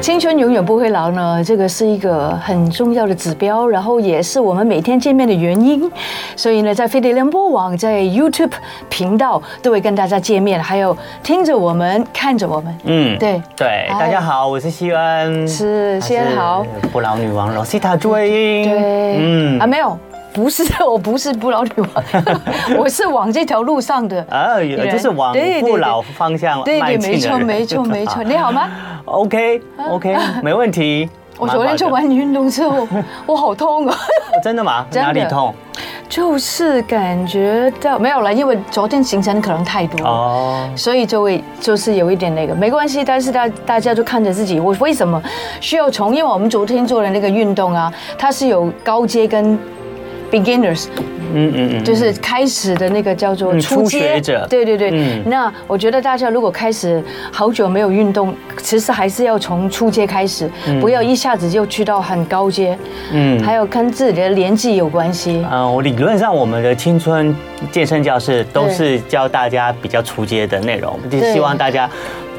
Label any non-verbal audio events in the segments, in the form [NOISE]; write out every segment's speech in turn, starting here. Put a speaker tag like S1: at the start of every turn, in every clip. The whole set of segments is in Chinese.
S1: 青春永远不会老呢，这个是一个很重要的指标，然后也是我们每天见面的原因。所以呢，在飞碟联播网、在 YouTube 频道都会跟大家见面，还有听着我们、看着我们。
S2: 嗯，
S1: 对
S2: 对，
S1: 哎
S2: 大家好，我是西恩，
S1: 是
S2: 她
S1: 西恩好，
S2: 不老女王罗西塔朱慧英，
S1: 对，
S2: 嗯
S1: 啊，没有，不是，我不是不老女王，
S2: [LAUGHS]
S1: 我是往这条路上的。
S2: 啊，也就是往
S1: 对对对
S2: 不老方向
S1: 对
S2: 迈
S1: 对，
S2: 进
S1: 没错，
S2: 的人
S1: 没错，没错。你好吗？
S2: [LAUGHS] ，OK OK，没问题。
S1: [LAUGHS] 我昨天做
S2: 蛮好的，
S1: 完运动之后，我好痛啊。
S2: 哦真的吗？
S1: 真的
S2: 哪里痛？
S1: 就是感觉到没有了，因为昨天行程可能太多了
S2: 哦，
S1: 所以就会就是有一点那个没关系，但是大大家就看着自己，我为什么需要从？因为我们昨天做的那个运动啊，它是有高阶跟 beginners，
S2: 嗯嗯嗯，
S1: 就是开始的那个叫做
S2: 嗯
S1: 初
S2: 初
S1: 阶，
S2: 学者
S1: 对对对。
S2: 嗯
S1: 那我觉得大家如果开始好久没有运动，其实还是要从初阶开始，不要一下子就去到很高阶。
S2: 嗯
S1: 还有跟自己的年纪有关系。
S2: 嗯，我理论上我们的青春健身教室都是教大家比较初阶的内容，就是希望大家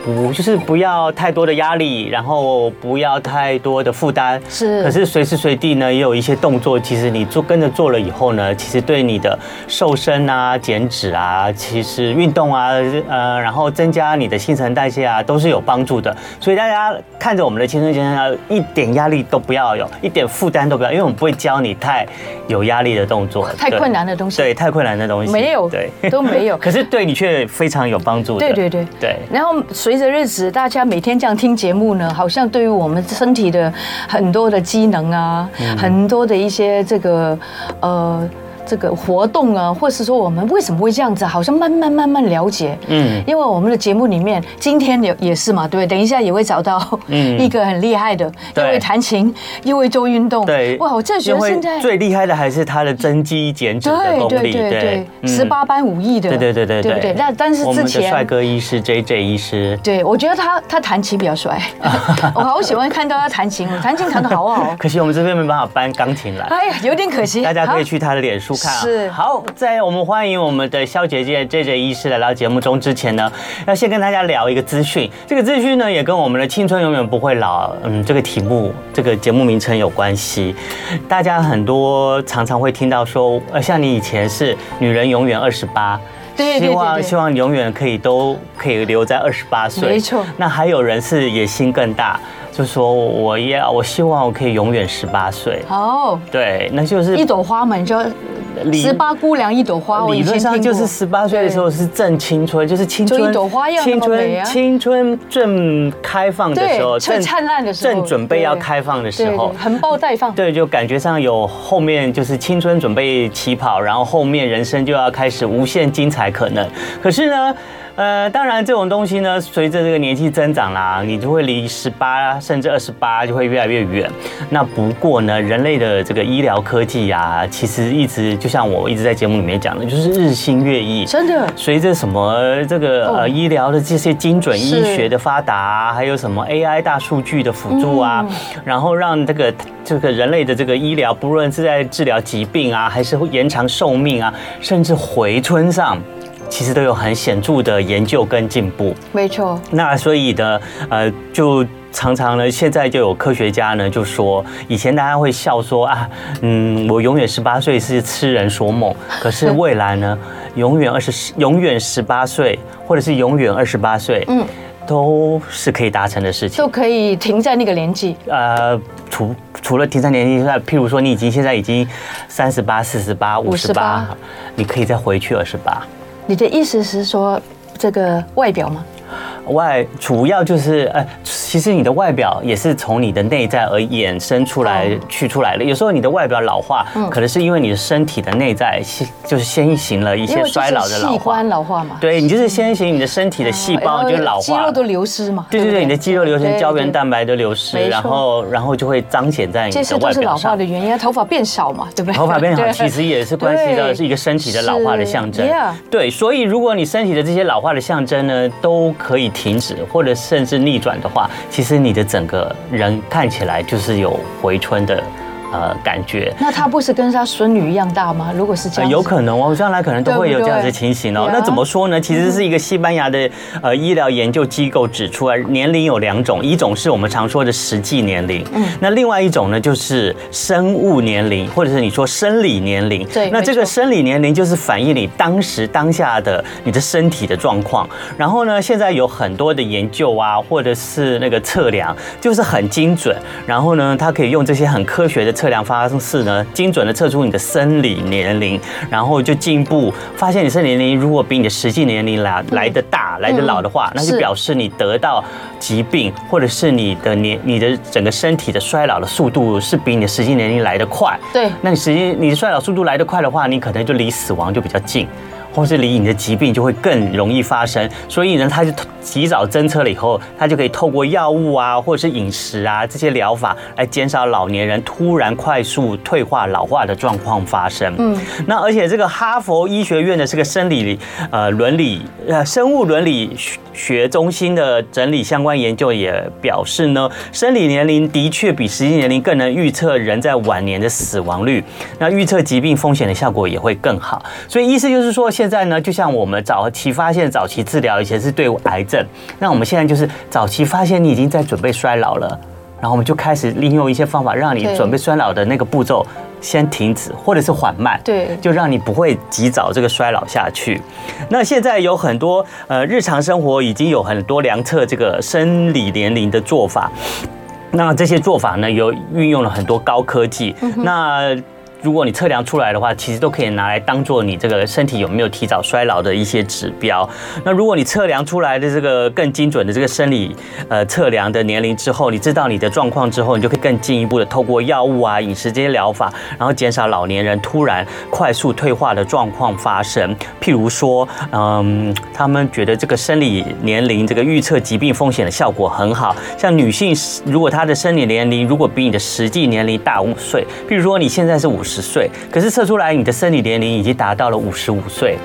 S2: 不就是不要太多的压力，然后不要太多的负担。
S1: 是
S2: 可是随时随地呢，也有一些动作，其实你做跟着做了以后呢，其实对你的瘦身啊、减脂啊，其实运动啊，呃，然后增加你的新陈代谢啊，都是有帮助的。所以大家看着我们的青春健身啊，一点压力都不要有，一点负担都不要，因为我们不会教你太有压力的动作，
S1: 太
S2: 对
S1: 困难的东西
S2: 对，太困难的东西，
S1: 没有
S2: 对，
S1: [LAUGHS] 都没有
S2: [LAUGHS] 可是对你却非常有帮助的，
S1: 对对对
S2: 对。
S1: 然后随着日子，大家每天这样听节目呢，好像对于我们身体的很多的机能啊，
S2: 嗯
S1: 很多的一些这个呃。这个活动啊，或是说我们为什么会这样子，好像慢慢慢慢了解，
S2: 嗯
S1: 因为我们的节目里面，今天也也是嘛，对不对，等一下也会找到
S2: 嗯
S1: [LAUGHS] 一个很厉害的，又
S2: 对
S1: 会弹琴，又会做运动，
S2: 对，
S1: 哦哇，我真的觉
S2: 因
S1: 得
S2: 为
S1: 现在
S2: 最厉害的还是他的增肌减脂的
S1: 对
S2: 功
S1: 对
S2: 力，
S1: 对对，
S2: 嗯
S1: 十八般武艺的，
S2: 对对对对
S1: 对不对？那但是
S2: 我
S1: 之
S2: 们的
S1: 前
S2: 帅哥医师 J J 医师，。
S1: 对，我觉得他他弹琴比较帅，我好喜欢看到他弹琴，弹琴弹得好好
S2: [LAUGHS] 可惜我们这边没办法搬钢琴来。
S1: 哎呀，有点可惜。
S2: 大家可以
S1: 啊。
S2: 去他的脸书看啊。
S1: 是
S2: 好，在我们欢迎我们的肖姐姐 J J 医师来到节目中之前呢，要先跟大家聊一个资讯。这个资讯呢，也跟我们的“青春永远不会老”嗯这个题目、这个节目名称有关系。大家很多常常会听到说，呃，像你以前是“女人永远二十八”。
S1: 对对对
S2: 希望
S1: 对
S2: 希望永远可以都可以留在二十八岁，
S1: 没错
S2: 那还有人是野心更大，就说我要我希望我可以永远十八岁。
S1: 哦，
S2: 对，那就是
S1: 一朵花嘛，你就
S2: 理
S1: 十八姑娘一朵花，我以
S2: 理
S1: 前
S2: 论上
S1: 听
S2: 就是
S1: 过
S2: 十八岁的时候是正青春，就是青春，
S1: 就一朵花一样那
S2: 青
S1: 么美
S2: 春
S1: 啊
S2: 青春正开放的时候，
S1: 对最
S2: 正
S1: 灿烂的时候
S2: 正准备要开放的时
S1: 对，
S2: 候
S1: 对，含苞待放。
S2: 对，就感觉上有后面就是青春准备起跑，然后后面人生就要开始无限精彩可能。可是呢，呃，当然这种东西呢，随着这个年纪增长啦，你就会离十八甚至二十八就会越来越远。那不过呢，人类的这个医疗科技啊，其实一直就像我一直在节目里面讲的，就是日新月异。
S1: 真的
S2: 随着什么这个
S1: 哦
S2: 呃医疗的这些精准医
S1: 是
S2: 学的发达啊、还有什么 AI 大数据的辅助啊，然后让这个这个人类的这个医疗，不论是在治疗疾病啊，还是会延长寿命啊，甚至回春上，其实都有很显著的研究跟进步。
S1: 没错，
S2: 那所以呢，呃，就常常呢，现在就有科学家呢就说，以前大家会笑说啊，嗯，我永远十八岁是痴人说梦，可是未来呢，永远二十，永远十八岁，或者是永远二十八岁，嗯，都是可以达成的事情
S1: 都。可以停在那个年纪。
S2: 呃，除除了停产年龄之外，譬如说你已经现在已经三十八、四十八、五十
S1: 58
S2: 八，你可以再回去二十八。
S1: 你的意思是说这个外表吗？
S2: 外主要就是呃，其实你的外表也是从你的内在而衍生出来、
S1: 哦嗯
S2: 去出来的。有时候你的外表老化，可能是因为你的身体的内在先就是先行了一
S1: 因
S2: 些
S1: 为就
S2: 衰
S1: 是
S2: 老的老
S1: 器
S2: 化
S1: 官。老化嘛，
S2: 对你就是先行你的身体的细
S1: 哦然
S2: 胞
S1: 后
S2: 你就老
S1: 肌
S2: 化
S1: 肉
S2: 了，
S1: 都流失嘛。
S2: 对对
S1: 不
S2: 对，你的肌肉流
S1: 对
S2: 失，
S1: 对
S2: 胶原
S1: 对
S2: 蛋白的流失
S1: 没，错
S2: 然后然后就会彰显在你
S1: 这
S2: 的
S1: 些
S2: 外
S1: 都是
S2: 表
S1: 老化
S2: 上
S1: 的。原因，头发变少嘛，对不对？
S2: 头发变好，
S1: 对
S2: 其实也是关系到
S1: 对
S2: 是一个身体的老化的
S1: 是
S2: 象征
S1: yeah。
S2: 对，所以如果你身体的这些老化的象征呢，都可以停止或者甚至逆转的话，其实你的整个人看起来就是有回春的呃感觉。
S1: 那他不是跟他孙女一样大吗？如果是这
S2: 呃
S1: 样子，
S2: 有可能哦，将来可能都会有这样子情形哦。
S1: 对不对
S2: 那怎么说呢？其实是一个西班牙
S1: 嗯
S2: 的呃医疗研究机构指出啊，年龄有两种，一种是我们常说的实际年龄，嗯，那另外一种呢就是生物年龄，或者是你说生理年龄。
S1: 对
S2: 那这个
S1: 没错
S2: 生理年龄就是反映你当时当下的你的身体的状况。然后呢，现在有很多的研究啊，或者是那个测量，就是很精准。然后呢，它可以用这些很科学的测量方式呢，精准的测出你的生理年龄，然后就进一步发现你生理年龄如果比你的实际年龄来来的大、来的老的话，那就是表示你得到疾病，或者是你的年你的整个身体的衰老的速度是比你的实际年龄来得快。
S1: 对
S2: 那你实际你衰老速度来得快的话，你可能就离死亡就比较近。或是离你的疾病就会更容易发生，所以呢，他就及早侦测了以后，他就可以透过药物啊，或者是饮食啊这些疗法来减少老年人突然快速退化老化的状况发生。嗯，那而且这个哈佛医学院的这个生理呃伦理呃生物伦理学学中心的整理相关研究也表示呢，生理年龄的确比实际年龄更能预测人在晚年的死亡率，那预测疾病风险的效果也会更好。所以意思就是说，现在呢，就像我们早期发现、早期治疗以前是对癌症，那我们现在就是早期发现你已经在准备衰老了。然后我们就开始利用一些方法，让你
S1: 对
S2: 准备衰老的那个步骤先停止，或者是缓慢。
S1: 对
S2: 就让你不会及早这个衰老下去。那现在有很多呃日常生活已经有很多量测这个生理年龄的做法，那这些做法呢有运用了很多高科技。那如果你测量出来的话，其实都可以拿来当做你这个身体有没有提早衰老的一些指标。那如果你测量出来的这个更精准的这个生理呃测量的年龄之后，你知道你的状况之后，你就可以更进一步的透过药物啊、饮食这些疗法，然后减少老年人突然快速退化的状况发生。譬如说，嗯，他们觉得这个生理年龄这个预测疾病风险的效果很好，像女性如果她的生理年龄如果比你的实际年龄大五岁，譬如说你现在是五十岁，可是测出来你的生理年龄已经达到了五十五岁。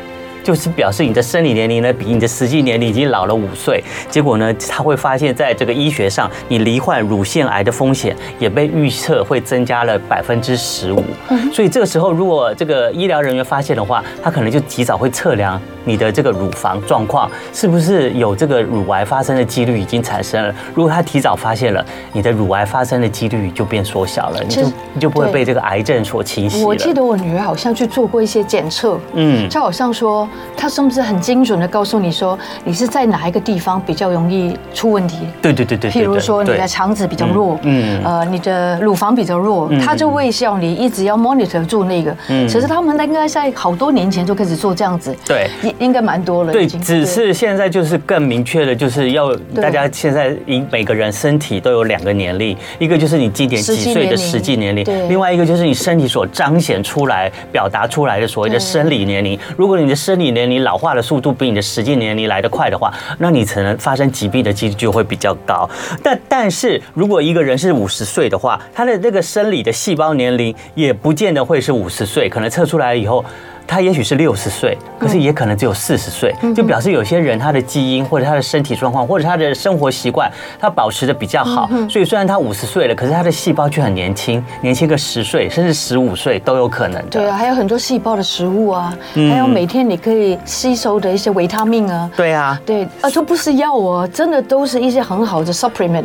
S2: 就是表示你的生理年龄呢比你的实际年龄已经老了五岁，结果呢，他会发现在这个医学上，你罹患乳腺癌的风险也被预测会增加了百分之十五。
S1: 嗯
S2: 所以这个时候，如果这个医疗人员发现的话，他可能就及早会测量你的这个乳房状况是不是有这个乳癌发生的几率已经产生了。如果他提早发现了，你的乳癌发生的几率就变缩小了，你就
S1: 其实
S2: 你就不会
S1: 对
S2: 被这个癌症所侵袭了。
S1: 我记得我女儿好像去做过一些检测，
S2: 嗯
S1: 就好像说她是不是很精准的告诉你说你是在哪一个地方比较容易出问题？
S2: 对对对对对对，
S1: 譬如说你
S2: 对
S1: 的肠子比较弱，
S2: 嗯嗯
S1: 呃，你的乳房比较弱，他就会叫你一直要 monitor 住那个。
S2: 嗯
S1: 其实他们应该在好多年前就开始做这样子，
S2: 对
S1: 也应该蛮多了。
S2: 对，
S1: 已经
S2: 只是现在就是更明确的，就是要
S1: 对
S2: 大家现在一每个人身体都有两个年龄，一个就是你今年
S1: 实
S2: 几
S1: 际
S2: 岁的
S1: 年龄
S2: 实际年龄
S1: 对，
S2: 另外一个就是你身体所彰显出来、表达出来的所谓的
S1: 对
S2: 生理年龄。如果你的生理年龄老化的速度比你的实际年龄来得快的话，那你可能发生疾病的几率就会比较高。但但是如果一个人是五十岁的话，他的那个生理的细胞年龄也不见得会是五十岁，可能测出来以后。他也许是六十岁，
S1: 嗯
S2: 可是也可能只有四十岁，就表示有些人他的基因或者他的身体状况或者他的生活习惯，他保持的比较好，
S1: 嗯
S2: 所以虽然他五十岁了，可是他的细胞却很年轻，年轻个十岁甚至十五岁都有可能的。
S1: 对啊，还有很多细胞的食物啊，还有每天你可以吸收的一些维他命啊。
S2: 嗯对啊，
S1: 对，啊，都不是药哦，真的都是一些很好的 supplement，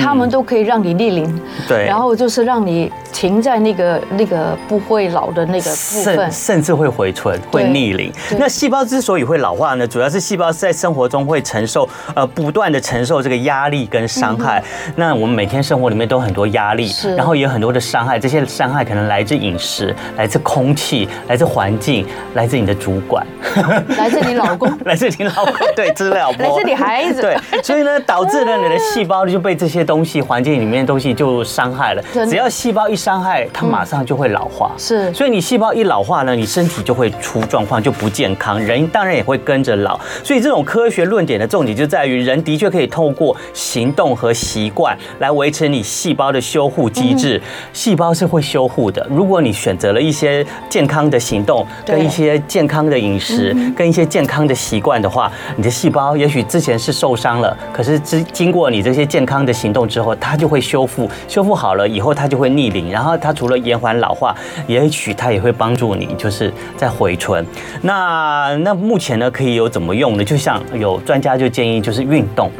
S1: 他们都可以让你逆龄，
S2: 嗯对
S1: 然后就是让你停在那个那个不会老的那个部分
S2: 甚，甚至会回春，会逆龄。
S1: 对
S2: 那细胞之所以会老化呢，主要是细胞在生活中会承受呃不断的承受这个压力跟伤害。那我们每天生活里面都有很多压力，
S1: 嗯是
S2: 然后也有很多的伤害，这些伤害可能来自饮食，来自空气，来自环境，来自你的主管。 [LAUGHS]
S1: 来自你老公。
S2: 来自你老公，对，资
S1: [LAUGHS]
S2: 料波，
S1: 来自你孩子
S2: 对，所以呢，
S1: [LAUGHS]
S2: 导致了你的细胞就被这些东西、环境里面的东西就伤害了
S1: 真。的嗯
S2: 只要细胞一伤害，它马上就会老化。
S1: 是
S2: 所以你细胞一老化呢，你身体就就会出状况，就不健康，人当然也会跟着老。所以这种科学论点的重点就在于，人的确可以透过行动和习惯来维持你细胞的修护机
S1: 嗯
S2: 制。细胞是会修护的，如果你选择了一些健康的行动，
S1: 对
S2: 跟一些健康的饮食，跟一些健康的习惯的话，你的细胞也许之前是受伤了，可是之经过你这些健康的行动之后，它就会修复，修复好了以后它就会逆龄，然后它除了延缓老化，也许它也会帮助你就是在回春。那那目前呢可以有怎么用呢？就像有专家就建议就是运动，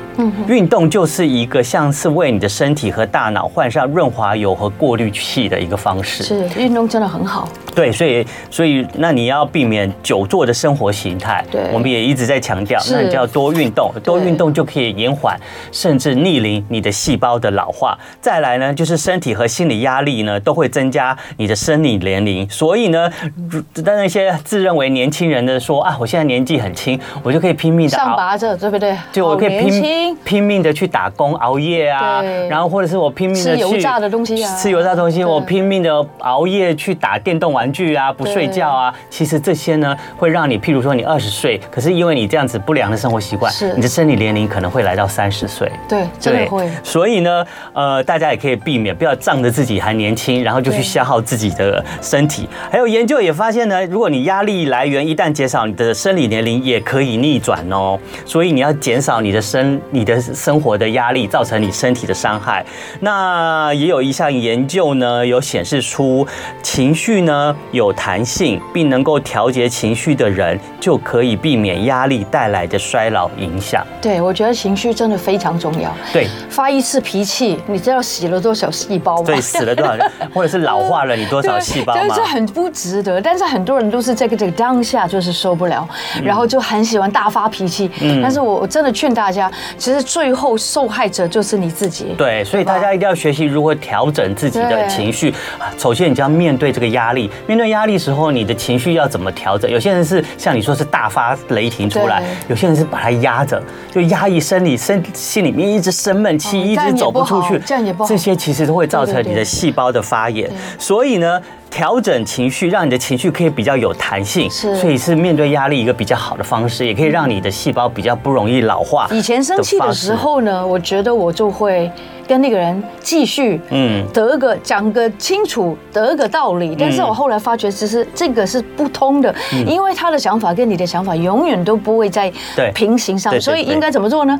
S2: 运动就是一个像是为你的身体和大脑换上润滑油和过滤器的一个方式。
S1: 是运动真的很好，
S2: 对，所以所以那你要避免久坐的生活形态，
S1: 对
S2: 我们也一直在强调，
S1: 是
S2: 那你就要多运动，多运动就可以延缓甚至逆龄你的细胞的老化。再来呢，就是身体和心理压力呢都会增加你的生理年龄，所以呢，如但那些自认为年轻人的说啊，我现在年纪很轻，我就可以拼命的
S1: 上
S2: 熬。
S1: 拔着对不对？
S2: 就我
S1: 好
S2: 可以
S1: 年轻
S2: 拼，拼命的去打工熬夜啊
S1: 对，
S2: 然后或者是我拼命的
S1: 吃
S2: 去
S1: 油炸的东西啊
S2: 吃油炸的东西，
S1: 对
S2: 我拼命的熬夜去打电动玩具啊，不睡觉啊。其实这些呢，会让你，譬如说你二十岁，可是因为你这样子不良的生活习惯
S1: 是，
S2: 你的生理年龄可能会来到三十岁。
S1: 对，真的
S2: 对
S1: 会。，
S2: 所以呢，呃，大家也可以避免，不要仗着自己还年轻，然后就去
S1: 对
S2: 消耗自己的身体。还有研究也发现呢，如果你压力来源一旦减少，你的生理年龄也可以逆转哦。所以你要减少你的生你的生活的压力，造成你身体的伤害。那也有一项研究呢，有显示出情绪呢有弹性，并能够调节情绪的人，就可以避免压力带来的衰老影响。
S1: 对，我觉得情绪真的非常重要。
S2: 对，
S1: 发一次脾气，你知道洗了多少细胞吗？
S2: 对，死了多少人，或者是老化了你多少
S1: 对，
S2: 细胞
S1: 真
S2: 吗
S1: 是？很不值得。但是很多人都是这个这个当下就是受不了，
S2: 嗯
S1: 然后就很喜欢大发脾气。但是我我真的劝大家，其实最后受害者就是你自己。
S2: 对，所以大家一定要学习如何调整自己的
S1: 对
S2: 情绪。啊首先，你就要面对这个压力。面对压力时候，你的情绪要怎么调整？有些人是像你说是大发雷霆出来
S1: 对，
S2: 有些人是把它压着，就压抑生理身心里面一直生闷气，
S1: 哦
S2: 一
S1: 这样
S2: 直
S1: 也
S2: 走
S1: 不
S2: 不出
S1: 好
S2: 去，
S1: 这样也不好
S2: 这些其实都会造成
S1: 对对
S2: 你的
S1: 对
S2: 细胞的发炎。所以呢。调整情绪，让你的情绪可以比较有弹性，
S1: 是
S2: 所以是面对压力一个比较好的方式，也可以让你的细胞比较不容易老化。
S1: 以前生气的时候呢，我觉得我就会跟那个人继续，
S2: 嗯
S1: 嗯，得个讲个清楚，得个道理。但是我后来发觉，其实这个是不通的，
S2: 嗯
S1: 因为他的想法跟你的想法永远都不会在
S2: 对
S1: 平行
S2: 对
S1: 上，
S2: 对嗯
S1: 所以
S2: 对
S1: 应该怎么做呢？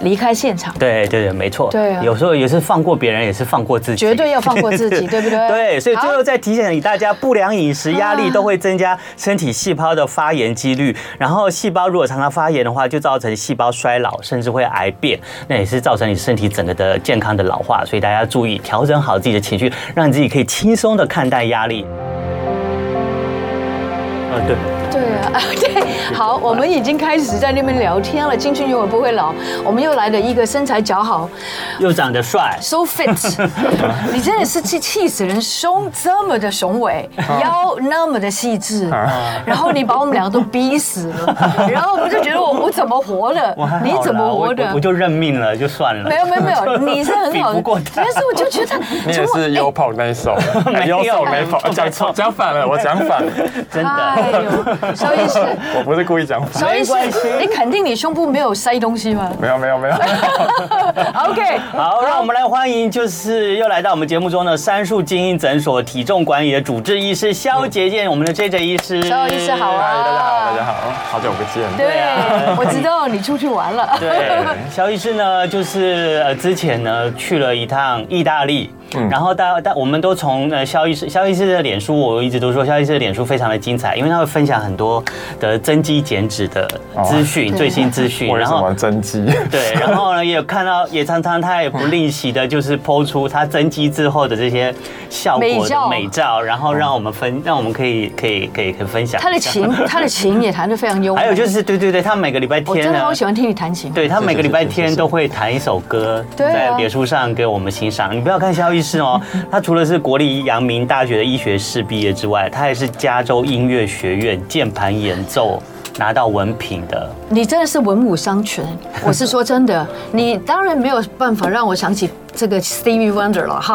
S1: 离开现场。
S2: 对对对，没错。
S1: 对啊
S2: 有时候也是放过别人，也是放过自己，
S1: 绝对要放过自
S2: [LAUGHS]
S1: 己对不对
S2: 对，所以最
S1: 好
S2: 后再提醒你，大家不良饮食、压力都会增加身体细胞的发炎几率，然后细胞如果常常发炎的话，就造成细胞衰老，甚至会癌变，那也是造成你身体整个的健康的老化。所以大家注意调整好自己的情绪，让你自己可以轻松的看待压力。啊，对。
S1: 对啊， [LAUGHS] 对，好，我们已经开始在那边聊天了。青春永远不会老，我们又来了一个身材姣好
S2: 又长得帅，
S1: ，so
S2: [LAUGHS]
S1: fit，你真的是气气死人，胸这么的雄伟，
S2: 啊
S1: 腰那么的细致， [LAUGHS] 然后你把我们两个都逼死
S2: [LAUGHS]
S1: 了，然后我们就觉得我我怎么活的
S2: 我还好？啦
S1: 你怎么活
S2: 我
S1: 的
S2: 我我？就认命了，就算了。
S1: 没有没有没
S2: [LAUGHS]
S1: 有，你是很好
S2: 比不
S1: 的
S2: 过他，
S1: 但是我就哎
S2: [LAUGHS]
S1: 觉得
S3: 你也是有跑那一首，
S2: 没有
S3: 有手没跑，讲错讲反了，我讲反了，
S2: 真
S1: 哎
S2: 的。
S1: 呦，肖医
S2: [LAUGHS]
S1: 师，
S3: [LAUGHS] 我不是故意讲反，
S1: 肖医师
S2: 没关系，
S1: 你哎肯定你胸部没有塞东西
S2: [LAUGHS]
S1: 吗
S3: 没有没有 [LAUGHS] 没有，
S1: ？OK，
S2: 好，让我们来欢迎，就是又来到我们节目中的杉树精英诊所体重管理的主治医师肖杰健，我们的 J J 医师。
S1: 肖医师好
S3: 嗨，
S1: 啊
S3: 大家好，大家好，好久不见，
S1: 对
S2: 啊，
S1: 我知道你出去玩了。 [LAUGHS]
S2: 对，肖医师呢，就是呃之前呢去了一趟意大利。
S3: 嗯
S2: 然后大大我们都从呃肖医师肖医师的脸书，我一直都说肖医师的脸书非常的精彩，因为他会分享很多的增肌减脂的资讯、
S1: 哦
S2: 最新资讯。
S3: 我有
S2: 然
S3: 什
S2: 后
S3: 么增肌？
S2: 对，然后呢，也有看到，也常常他也不吝惜的，就是剖出他增肌之后的这些效果
S1: 美
S2: 的
S1: 照
S2: 美照，然后让我们分，让我们可以可以可以可以分享一下。
S1: 他的琴，他的琴也弹得非常优美。
S2: 还有就是，对对对，他每个礼拜
S1: 我
S2: 天啊
S1: 真的
S2: 呢
S1: 好，喜欢听你弹琴。
S2: 对他每个礼拜天
S3: 是
S2: 都会弹一首歌，
S1: 对啊
S2: 在脸书上给我们欣赏。你不要看肖医师
S1: [LAUGHS]
S2: 哦，他除了是国立阳明大学的医学士毕业之外，他也是加州音乐学院键盘演奏。拿到文凭的。
S1: 你真的是文武双
S2: [LAUGHS]
S1: 全，我是说真的。你当然没有办法让我想起这个 Stevie Wonder 了哈，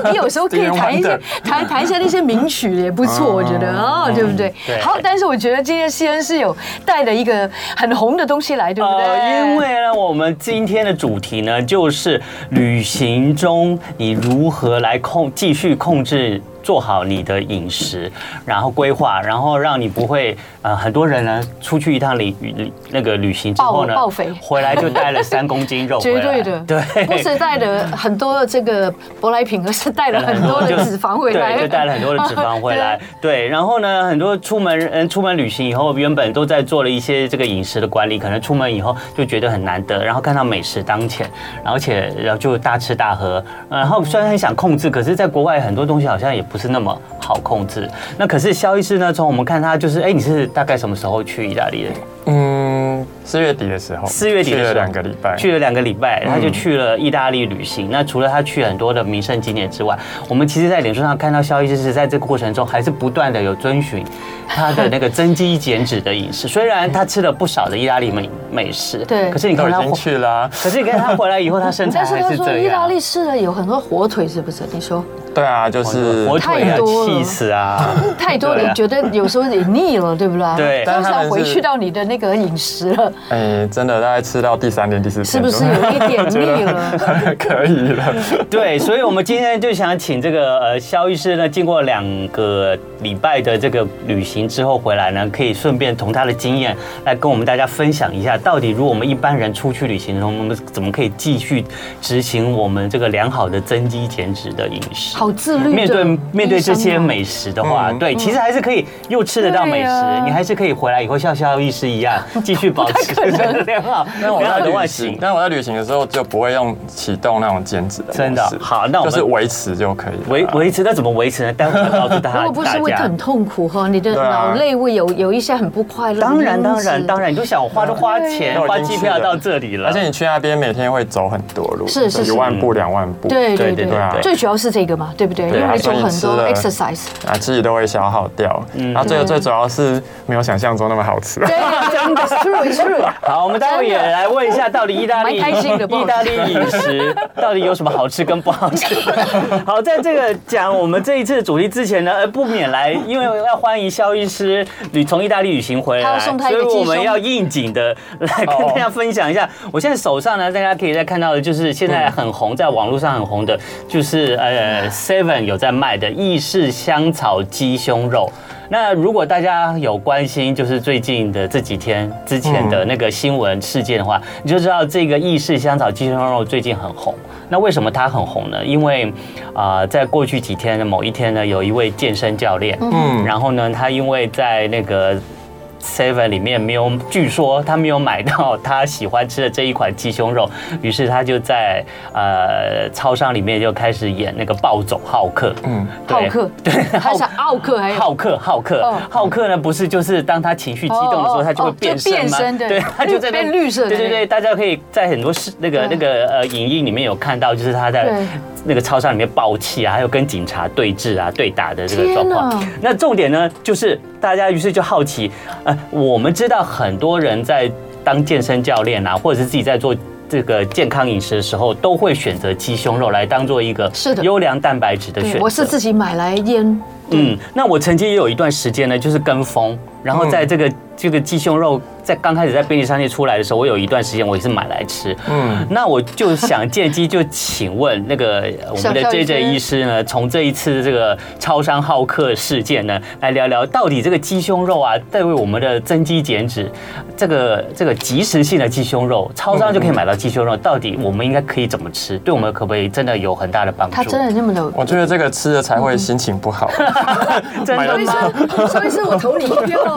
S1: [LAUGHS] 但你有时候可以
S3: Stevie
S1: 弹一些
S3: Wonder
S1: 弹弹一下那些名曲也不错，我觉得啊，对不对
S2: 哦嗯对？
S1: 好，但是我觉得今天西恩是有带了一个很红的东西来，对不对？
S2: 呃，因为呢，我们今天的主题呢，就是旅行中你如何来控继续控制。做好你的饮食，然后规划，然后让你不会呃，很多人呢出去一趟旅旅那个旅行之后呢，
S1: 爆爆肥
S2: 回来就带了三公斤肉回
S1: 绝对
S2: 来，
S1: 的，
S2: 对，
S1: 不是带了很多的这个舶来品，而是带了很多的脂肪回来，。
S2: [LAUGHS] 对，就带了很多的脂肪回来
S1: [LAUGHS]
S2: 对，然后呢，很多出门嗯出门旅行以后，原本都在做了一些这个饮食的管理，可能出门以后就觉得很难得，然后看到美食当前，然后而且然后就大吃大喝，然后虽然很想控制，可是在国外很多东西好像也不是那么好控制。那可是肖医师呢，从我们看他就是，哎，你是大概什么时候去意大利的？
S3: 嗯，四月底的时候，
S2: 四月底的时
S3: 去
S2: 候
S3: 了两个礼拜，嗯
S2: 去了两个礼拜，他就去了意大利旅行。那除了他去很多的名胜景点之外，我们其实，在脸书上看到肖医师是在这个过程中还是不断的有遵循他的那个增肌减脂的饮食。
S3: [LAUGHS]
S2: 虽然他吃了不少的意大利美美食，
S1: 对
S2: 可是你
S3: 都
S2: 看
S3: 已
S2: 他
S3: 经
S2: 回，
S3: 去啦、
S2: 可是你看他回来以后，他身
S1: [LAUGHS]
S2: 材
S1: 但是
S2: 还
S1: 他
S2: 是
S1: 说
S2: 这
S1: 意大
S2: 样。
S1: 利吃的有很多火腿，是不是？你说
S3: 对啊，就是
S2: 火腿
S1: 太
S2: 啊，
S1: 多了
S2: 气死啊！
S1: 太多，
S2: 对啊
S1: 你觉得有时候也腻了，对不啦？
S2: [LAUGHS] 对
S1: 都
S3: 但
S1: 是
S3: 他们
S1: 要
S3: 是
S1: 回去到你的那个饮食了，
S3: 哎、真的大概吃到第三天、第四天，
S1: 是不是有一点腻
S2: [LAUGHS]
S1: 了？
S3: 了？ [LAUGHS] 可以了，
S2: 对，所以我们今天就想请这个呃肖医师呢，经过两个礼拜的这个旅行之后回来呢，可以顺便从他的经验来跟我们大家分享一下，到底如果我们一般人出去旅行的时候，我们怎么可以继续执行我们这个良好的增肌减脂的饮食？
S1: 好自律的
S2: 面对面对这
S1: 医
S2: 些
S1: 生啊
S2: 美食的话，
S3: 嗯
S2: 对，其实还是可以又吃得到美食，
S1: 对啊
S2: 你还是可以回来以后像肖医师一样继续保持 [LAUGHS] 良好
S3: 但我
S2: 良好
S3: 在
S2: 的外
S3: 旅
S2: 形
S3: 行，。但我在旅行的时候就不会用启动那种减脂的模式，
S2: 真的好那我们
S3: 就是维持就可以了，
S2: 维维持，那怎么维持呢？待会儿告诉大家。
S1: 如果不是会
S2: 啊大家
S1: 很痛苦哈，你的
S3: 对啊
S1: 脑内会有有一些很不快乐。
S2: 当然，当然，当。然，你就想我花都花钱，
S3: 对
S2: 花机票到这里了，
S3: 而且你去那边每天会走很多路，
S1: 是是
S3: 一万步、两万步，
S1: 对对
S2: 对对
S1: 对
S3: 对啊
S1: 最主要是这个嘛，对不对？
S2: 对啊
S1: 因为你做
S3: 所以
S1: 很
S3: 吃
S1: 多
S3: 了
S1: exercise，
S3: 啊，自己都会消耗掉。然后这个最主要是没有想象中那么好吃。
S2: 啊
S1: 对，真
S2: [LAUGHS]
S1: 的 true true。
S2: 好，我们待会也
S1: 真的
S2: 来问一下，到底意大利
S1: 蛮开心的不好
S2: 意
S1: 意
S2: 大
S1: 大
S2: 利饮食到底有什么好吃跟不好吃？ [LAUGHS] 好，在这个讲我们这一次的主题之前呢，呃，不免来，因为要欢迎肖医师旅从意大利旅行回
S1: 他
S2: 来，
S1: 要送他一
S2: 所
S1: 个
S2: 以我们
S1: 鸡胸
S2: 要应景的 [LAUGHS] 来跟大家分享一下。我现在手上呢，大家可以再看到的就是现在很红，在网络上很红的，就是呃 Seven 有在卖的意式香草鸡胸肉。那如果大家有关心，就是最近的这几天之前的那个新闻事件的话，你就知道这个意式香草鸡胸肉最近很红。那为什么它很红呢？因为啊、呃在过去几天的某一天呢，有一位健身教练，嗯，然后呢，他因为在那个 Seven 里面没有，据说他没有买到他喜欢吃的这一款鸡胸肉， [LAUGHS] 于是他就在呃超商里面就开始演那个暴走浩克，嗯，
S1: 浩克，
S2: 对，
S1: 还是奥克，还有
S2: 浩克，浩克
S1: 哦，
S2: 浩克呢？不是就是当他情绪激动的时
S1: 哦
S2: 候，
S1: 哦
S2: 他就会
S1: 哦就
S2: 变身
S1: 变
S2: 吗？
S1: 身对
S2: 对，他就在那
S1: 变绿色的
S2: 对对
S1: 那
S2: 对，大家可以在很多视那个
S1: 对
S2: 那个呃影音里面有看到，就是他在
S1: 对
S2: 那个超商里面爆气啊，还有跟警察对峙啊、对打的这个
S1: 天
S2: 状况
S1: 哪。
S2: 那重点呢，就是大家于是就好奇，呃，我们知道很多人在当健身教练啊，或者是自己在做。这个健康饮食的时候，都会选择鸡胸肉来当做一个
S1: 是的
S2: 优良蛋白质的选择。
S1: 对，我是自己买来腌，
S2: 嗯，那我曾经也有一段时间呢，就是跟风，然后在这个、这个鸡胸肉在刚开始在便利商店出来的时候，我有一段时间我也是买来吃。嗯，那我就想借机就请问那个呃我们的
S1: 小肖医
S2: J
S1: 生
S2: J 医师呢，从这一次这个超商好客事件呢，来聊聊到底这个鸡胸肉啊，对我们的增肌减脂，这个这个即时性的鸡胸肉，超商就可以买到鸡胸肉，到底我们应该可以怎么吃？对我们可不可以真的有很大的帮助？
S1: 它真的那么的
S3: [LAUGHS] 我觉得这个吃了才会心情不好，
S2: 真
S3: 买
S2: 的
S3: 了
S1: [LAUGHS] 啊所以说，所以说我投你一票，我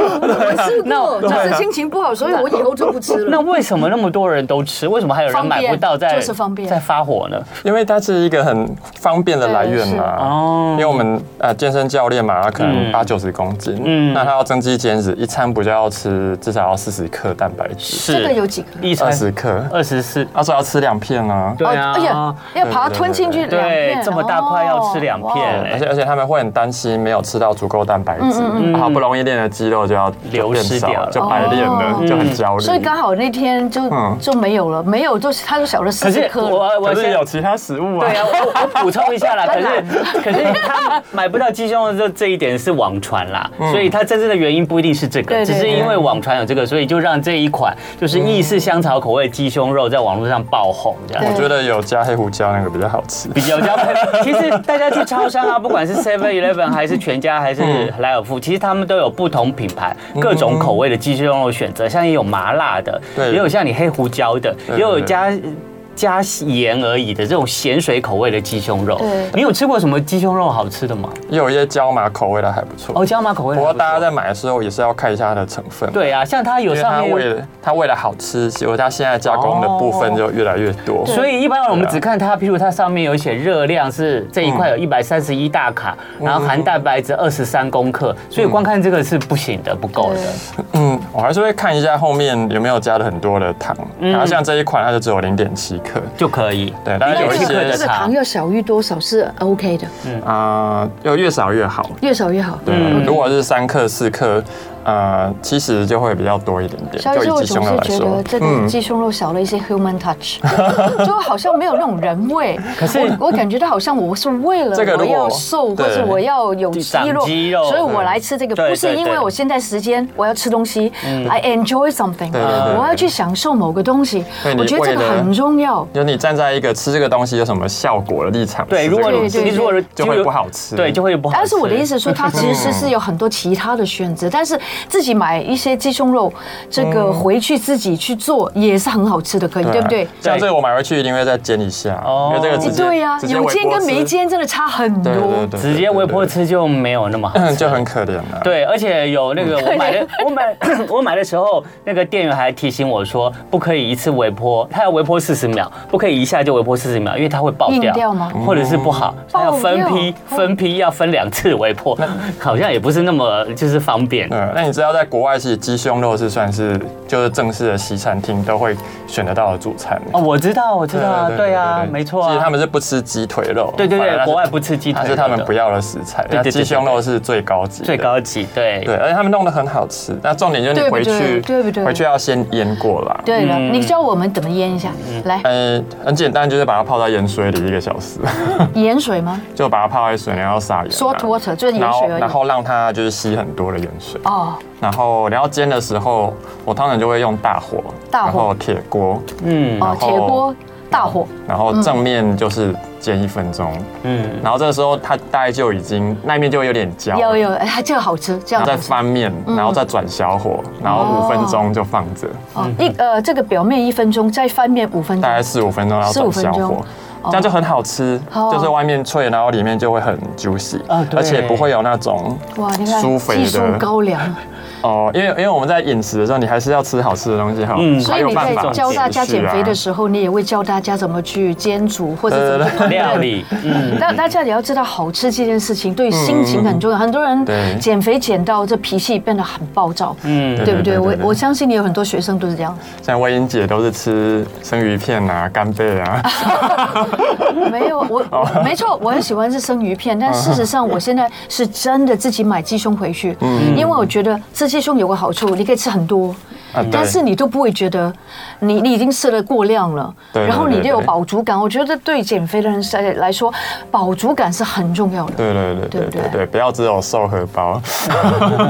S1: 输过，就是心情不不好，所以我以后就不吃
S2: 那
S1: 了。
S2: 为什么那么多人都吃？为什么还有人
S1: 方
S2: 买
S1: 便
S2: 不到在
S1: 就是嗯方便
S2: 在发火呢？
S3: 因为它是一个很方便的来源啦。
S2: 是哦
S3: 哦，因为我们呃健身教练嘛，他可
S2: 嗯
S3: 能八九十公斤，
S2: 嗯
S3: 嗯，那他要增肌减脂，一餐不就要吃至少要四十克蛋白质，
S2: 是
S1: 这个有几个？
S2: 一餐
S3: 二十克，
S2: 二十四，
S3: 他说要吃两片啊。
S2: 对啊，
S1: 哦哎呀，要把它吞进去两
S2: 对
S1: 片，
S2: 这么大块要吃两
S1: 哦哦哇
S2: 片哎
S3: 而且而且他们会很担心没有吃到足够蛋白质，啊
S2: 嗯
S3: 好不容易练的肌肉就要
S2: 流失
S3: 变少
S2: 掉了
S3: 就白练
S1: 哦
S3: 了，就很焦虑。
S1: 所以刚好那天就
S3: 嗯
S1: 就没有了，没有就他就少了
S2: 可
S1: 四十
S2: 是
S1: 颗了。
S2: 我我
S3: 可是
S2: 先
S3: 有其他食物啊
S2: 对，啊，我我我补充一
S1: [LAUGHS]
S2: 下啦，可是可是他买不到鸡胸肉这这一点是网传啦，
S3: 嗯
S2: 所以他真正的原因不一定是这个，
S1: 对对
S2: 只是因为网传有这个，所以就让这一款就是意式香草口味鸡胸肉在网络上爆红这样
S1: 对。
S3: 我觉得有加黑胡椒那个比较好吃。
S2: 比较加分。其实大家去超
S3: [LAUGHS]
S2: 商啊，不管是 Seven Eleven 还是全家还
S3: 嗯
S2: 是莱尔富，其实他们都有不同品牌、各种口味的鸡胸肉选择，像也有麻辣的，
S3: 对
S2: 也有像你黑胡椒的，
S3: 对
S2: 也有加。加盐而已的这种咸水口味的鸡胸肉
S1: 对，
S2: 你有吃过什么鸡胸肉好吃的吗？
S3: 也有一些椒麻口味的还不错。
S2: 哦，椒麻口味的
S3: 不
S2: 还
S3: 过
S2: 不错。
S3: 大家在买的时候也是要看一下它的成分。。
S2: 对啊，像它有
S3: 因为
S2: 上
S3: 它
S2: 面有
S3: 为了它为了好吃，结果它现在加工的部分就越来越多。
S2: 所以一般我们只看它，譬如它上面有写热量是这一块
S1: 嗯
S2: 有一百三十一大卡，然后含蛋白质二十三公克，
S1: 嗯
S2: 所以光看这个是不行的，不够的。
S3: 嗯，我还是会看一下后面有没有加了很多的糖。然后像这一款它就只有零点七克，
S2: 就可以。
S3: 对，但是
S1: 那
S3: 有
S1: 个
S3: 一
S2: 0.7克
S3: 些
S2: 的
S1: 这个糖要小于多少是 OK 的，
S3: 啊，要越少越好。
S1: 越少越好。
S3: 对，啊
S2: 嗯
S3: 如果是三克四克，呃，其实就会比较多一点点。
S1: 小以
S3: 就
S1: 我
S3: 以鸡
S1: 总
S3: 胸肉
S1: 是
S3: 来
S1: 觉得
S3: 说，
S1: 这个鸡胸肉少了一些 human touch，就好像没有那种人味。可
S2: 是
S1: 我我感觉到好像我是为了
S3: 这个
S1: 我
S3: 如果
S1: 要瘦或
S3: 对
S1: 者我要有肌
S2: 长
S1: 肉，
S2: 肌肉
S1: 所以我来吃这个，
S2: 对
S1: 不是
S2: 对
S1: 因为
S2: 对
S1: 我现在时间我要吃东西，I enjoy something，
S3: 对对对
S1: 我要去享受某个东西
S3: 对。你
S1: 我觉得这个
S3: 为了
S1: 很重要。
S3: 就你站在一个吃这个东西有什么效果的立场，
S2: 对，
S3: 吃
S2: 如
S3: 这个
S2: 果你
S3: 东西
S1: 对
S2: 你
S1: 对
S2: 如果
S3: 就会不好吃
S2: 对，就会不好吃。
S1: 但是我的意思说，它其实是有很多其他的选择，但是自己买一些鸡胸肉，这个回去自己去做也是很好吃的，可以，对不对？
S3: 像这个我买回去一定会再煎一下，
S2: 哦
S3: 因为这个直接
S1: 哎对呀、
S3: 直接微
S1: 有
S3: 波
S1: 煎跟没
S3: 吃，
S1: 煎真的差很
S3: 对对
S1: 多。
S3: 对，
S2: 直接微波吃就没有那么好
S3: 对，对
S1: 嗯
S2: 吃
S3: 对 [CLEARS THROAT] 就很可怜啊了。，
S2: 对，而且有那个我买的，我买 [COUGHS] 我买的时候，那个店员还提醒我说，不可以一次微波，它要微波四十秒，不可以一下就微波四十秒，因为它会爆
S1: 硬
S2: 掉，
S1: 掉吗哦
S2: 或者是不好，它要分批
S1: 爆掉哦
S2: 分批要分两次微波，好像也不是那么就是方便。
S3: 嗯，那你知道在国外其实鸡胸肉是算是就是正式的西餐厅都会选得到的主餐。
S2: 哦，我知道，我知道，对啊，没错
S3: 其实他
S2: 啊，
S3: 们是不吃鸡腿肉，
S2: 对对
S3: 反而
S2: 对，
S3: 那是
S2: 国外不吃鸡
S3: 那
S2: 腿，
S3: 是他们不。要的食材，
S2: 对对
S3: 那
S2: 对
S3: 鸡胸肉是最高级的，
S2: 最高级，对
S3: 对，而且他们弄得很好吃。那重点就是
S1: 对
S3: 你
S1: 不
S3: 回
S1: 对
S3: 去，
S1: 对不对
S3: 回去要先腌过啦。
S1: 对了，你教我们怎么腌一下，来
S3: 呃，很简单，就是把它泡在盐水里一个小时， [LAUGHS]
S1: 盐水吗
S3: 就把它泡在嗯水，然后撒盐啊。
S1: ？Salt water 就是盐
S3: 然后
S1: 水而已
S3: 然。后让它就是吸很多的盐水。
S1: 哦，
S3: 然后你要煎的时候，我通常就会用大火，
S1: 大火
S3: 然后铁锅，
S2: 嗯
S1: 哦，
S3: 然后
S1: 铁锅大火，
S3: 然后正面就是煎一分钟，
S2: 嗯，
S3: 然后这个时候它大概就已经那一面就会有点焦，
S1: 有嗯有，哎，这个好吃，这样
S3: 然后再
S1: 好吃。
S3: 翻面，然后再转小火，然后五分钟就放着，
S1: 哦，一呃，这个表面一分钟，再翻面五分
S3: 大概
S1: 钟。
S3: 四五分钟，然
S1: 15
S3: 后转
S1: 分
S3: 小
S1: 钟
S3: 火。这样就很好吃，
S1: 哦
S3: 就是外面脆，然后里面就会很 juicy，、
S2: 啊对
S3: 而且不会有那种
S1: 哇，你看
S3: 酥肥
S1: 技
S3: 的
S1: 术高良，啊
S3: 哦，因为因为我们在饮食的时候，你还是要吃好吃的东西哈，
S2: 嗯
S1: 所
S3: 才
S1: 以
S3: 有
S1: 你在
S3: 办法
S1: 教大家
S3: 持续
S1: 减
S3: 啊
S1: 肥的时候，你也会教大家怎么去煎煮或者怎
S3: 呃
S1: 么去烹饪
S2: 料 [LAUGHS] 理，嗯，
S1: [LAUGHS] 但大家也要知道，好吃这件事情对心情很
S3: 嗯
S1: 重要。很多
S3: 对
S1: 人减肥减到这脾气变得很暴躁，
S2: 嗯
S1: 嗯，对不
S3: 对对
S1: 对？我
S3: 对对
S1: 我相信你有很多学生都是
S3: [LAUGHS]
S1: 这样。
S3: 像魏英姐都是吃生鱼片啊、干贝
S1: [LAUGHS]
S3: 啊，
S1: 没有，我
S3: 哦
S1: 我没错，我很喜欢吃生鱼片，但
S3: 啊
S1: 事实上我现在是真的自己买鸡胸回去，因
S3: 嗯
S1: 为我觉得吃鸡胸有个好处，你可以吃很多
S3: 啊对，
S1: 但是你都不会觉得你你已经吃了过量了，
S3: 对对
S1: 然后你
S3: 对
S1: 就
S3: 对
S1: 有
S3: 对
S1: 饱足感。我觉得对减肥的人来来说，饱足感是很重要的。
S3: 对对对
S1: 对
S3: 对
S1: 不对
S3: 对对，不要只有瘦荷包，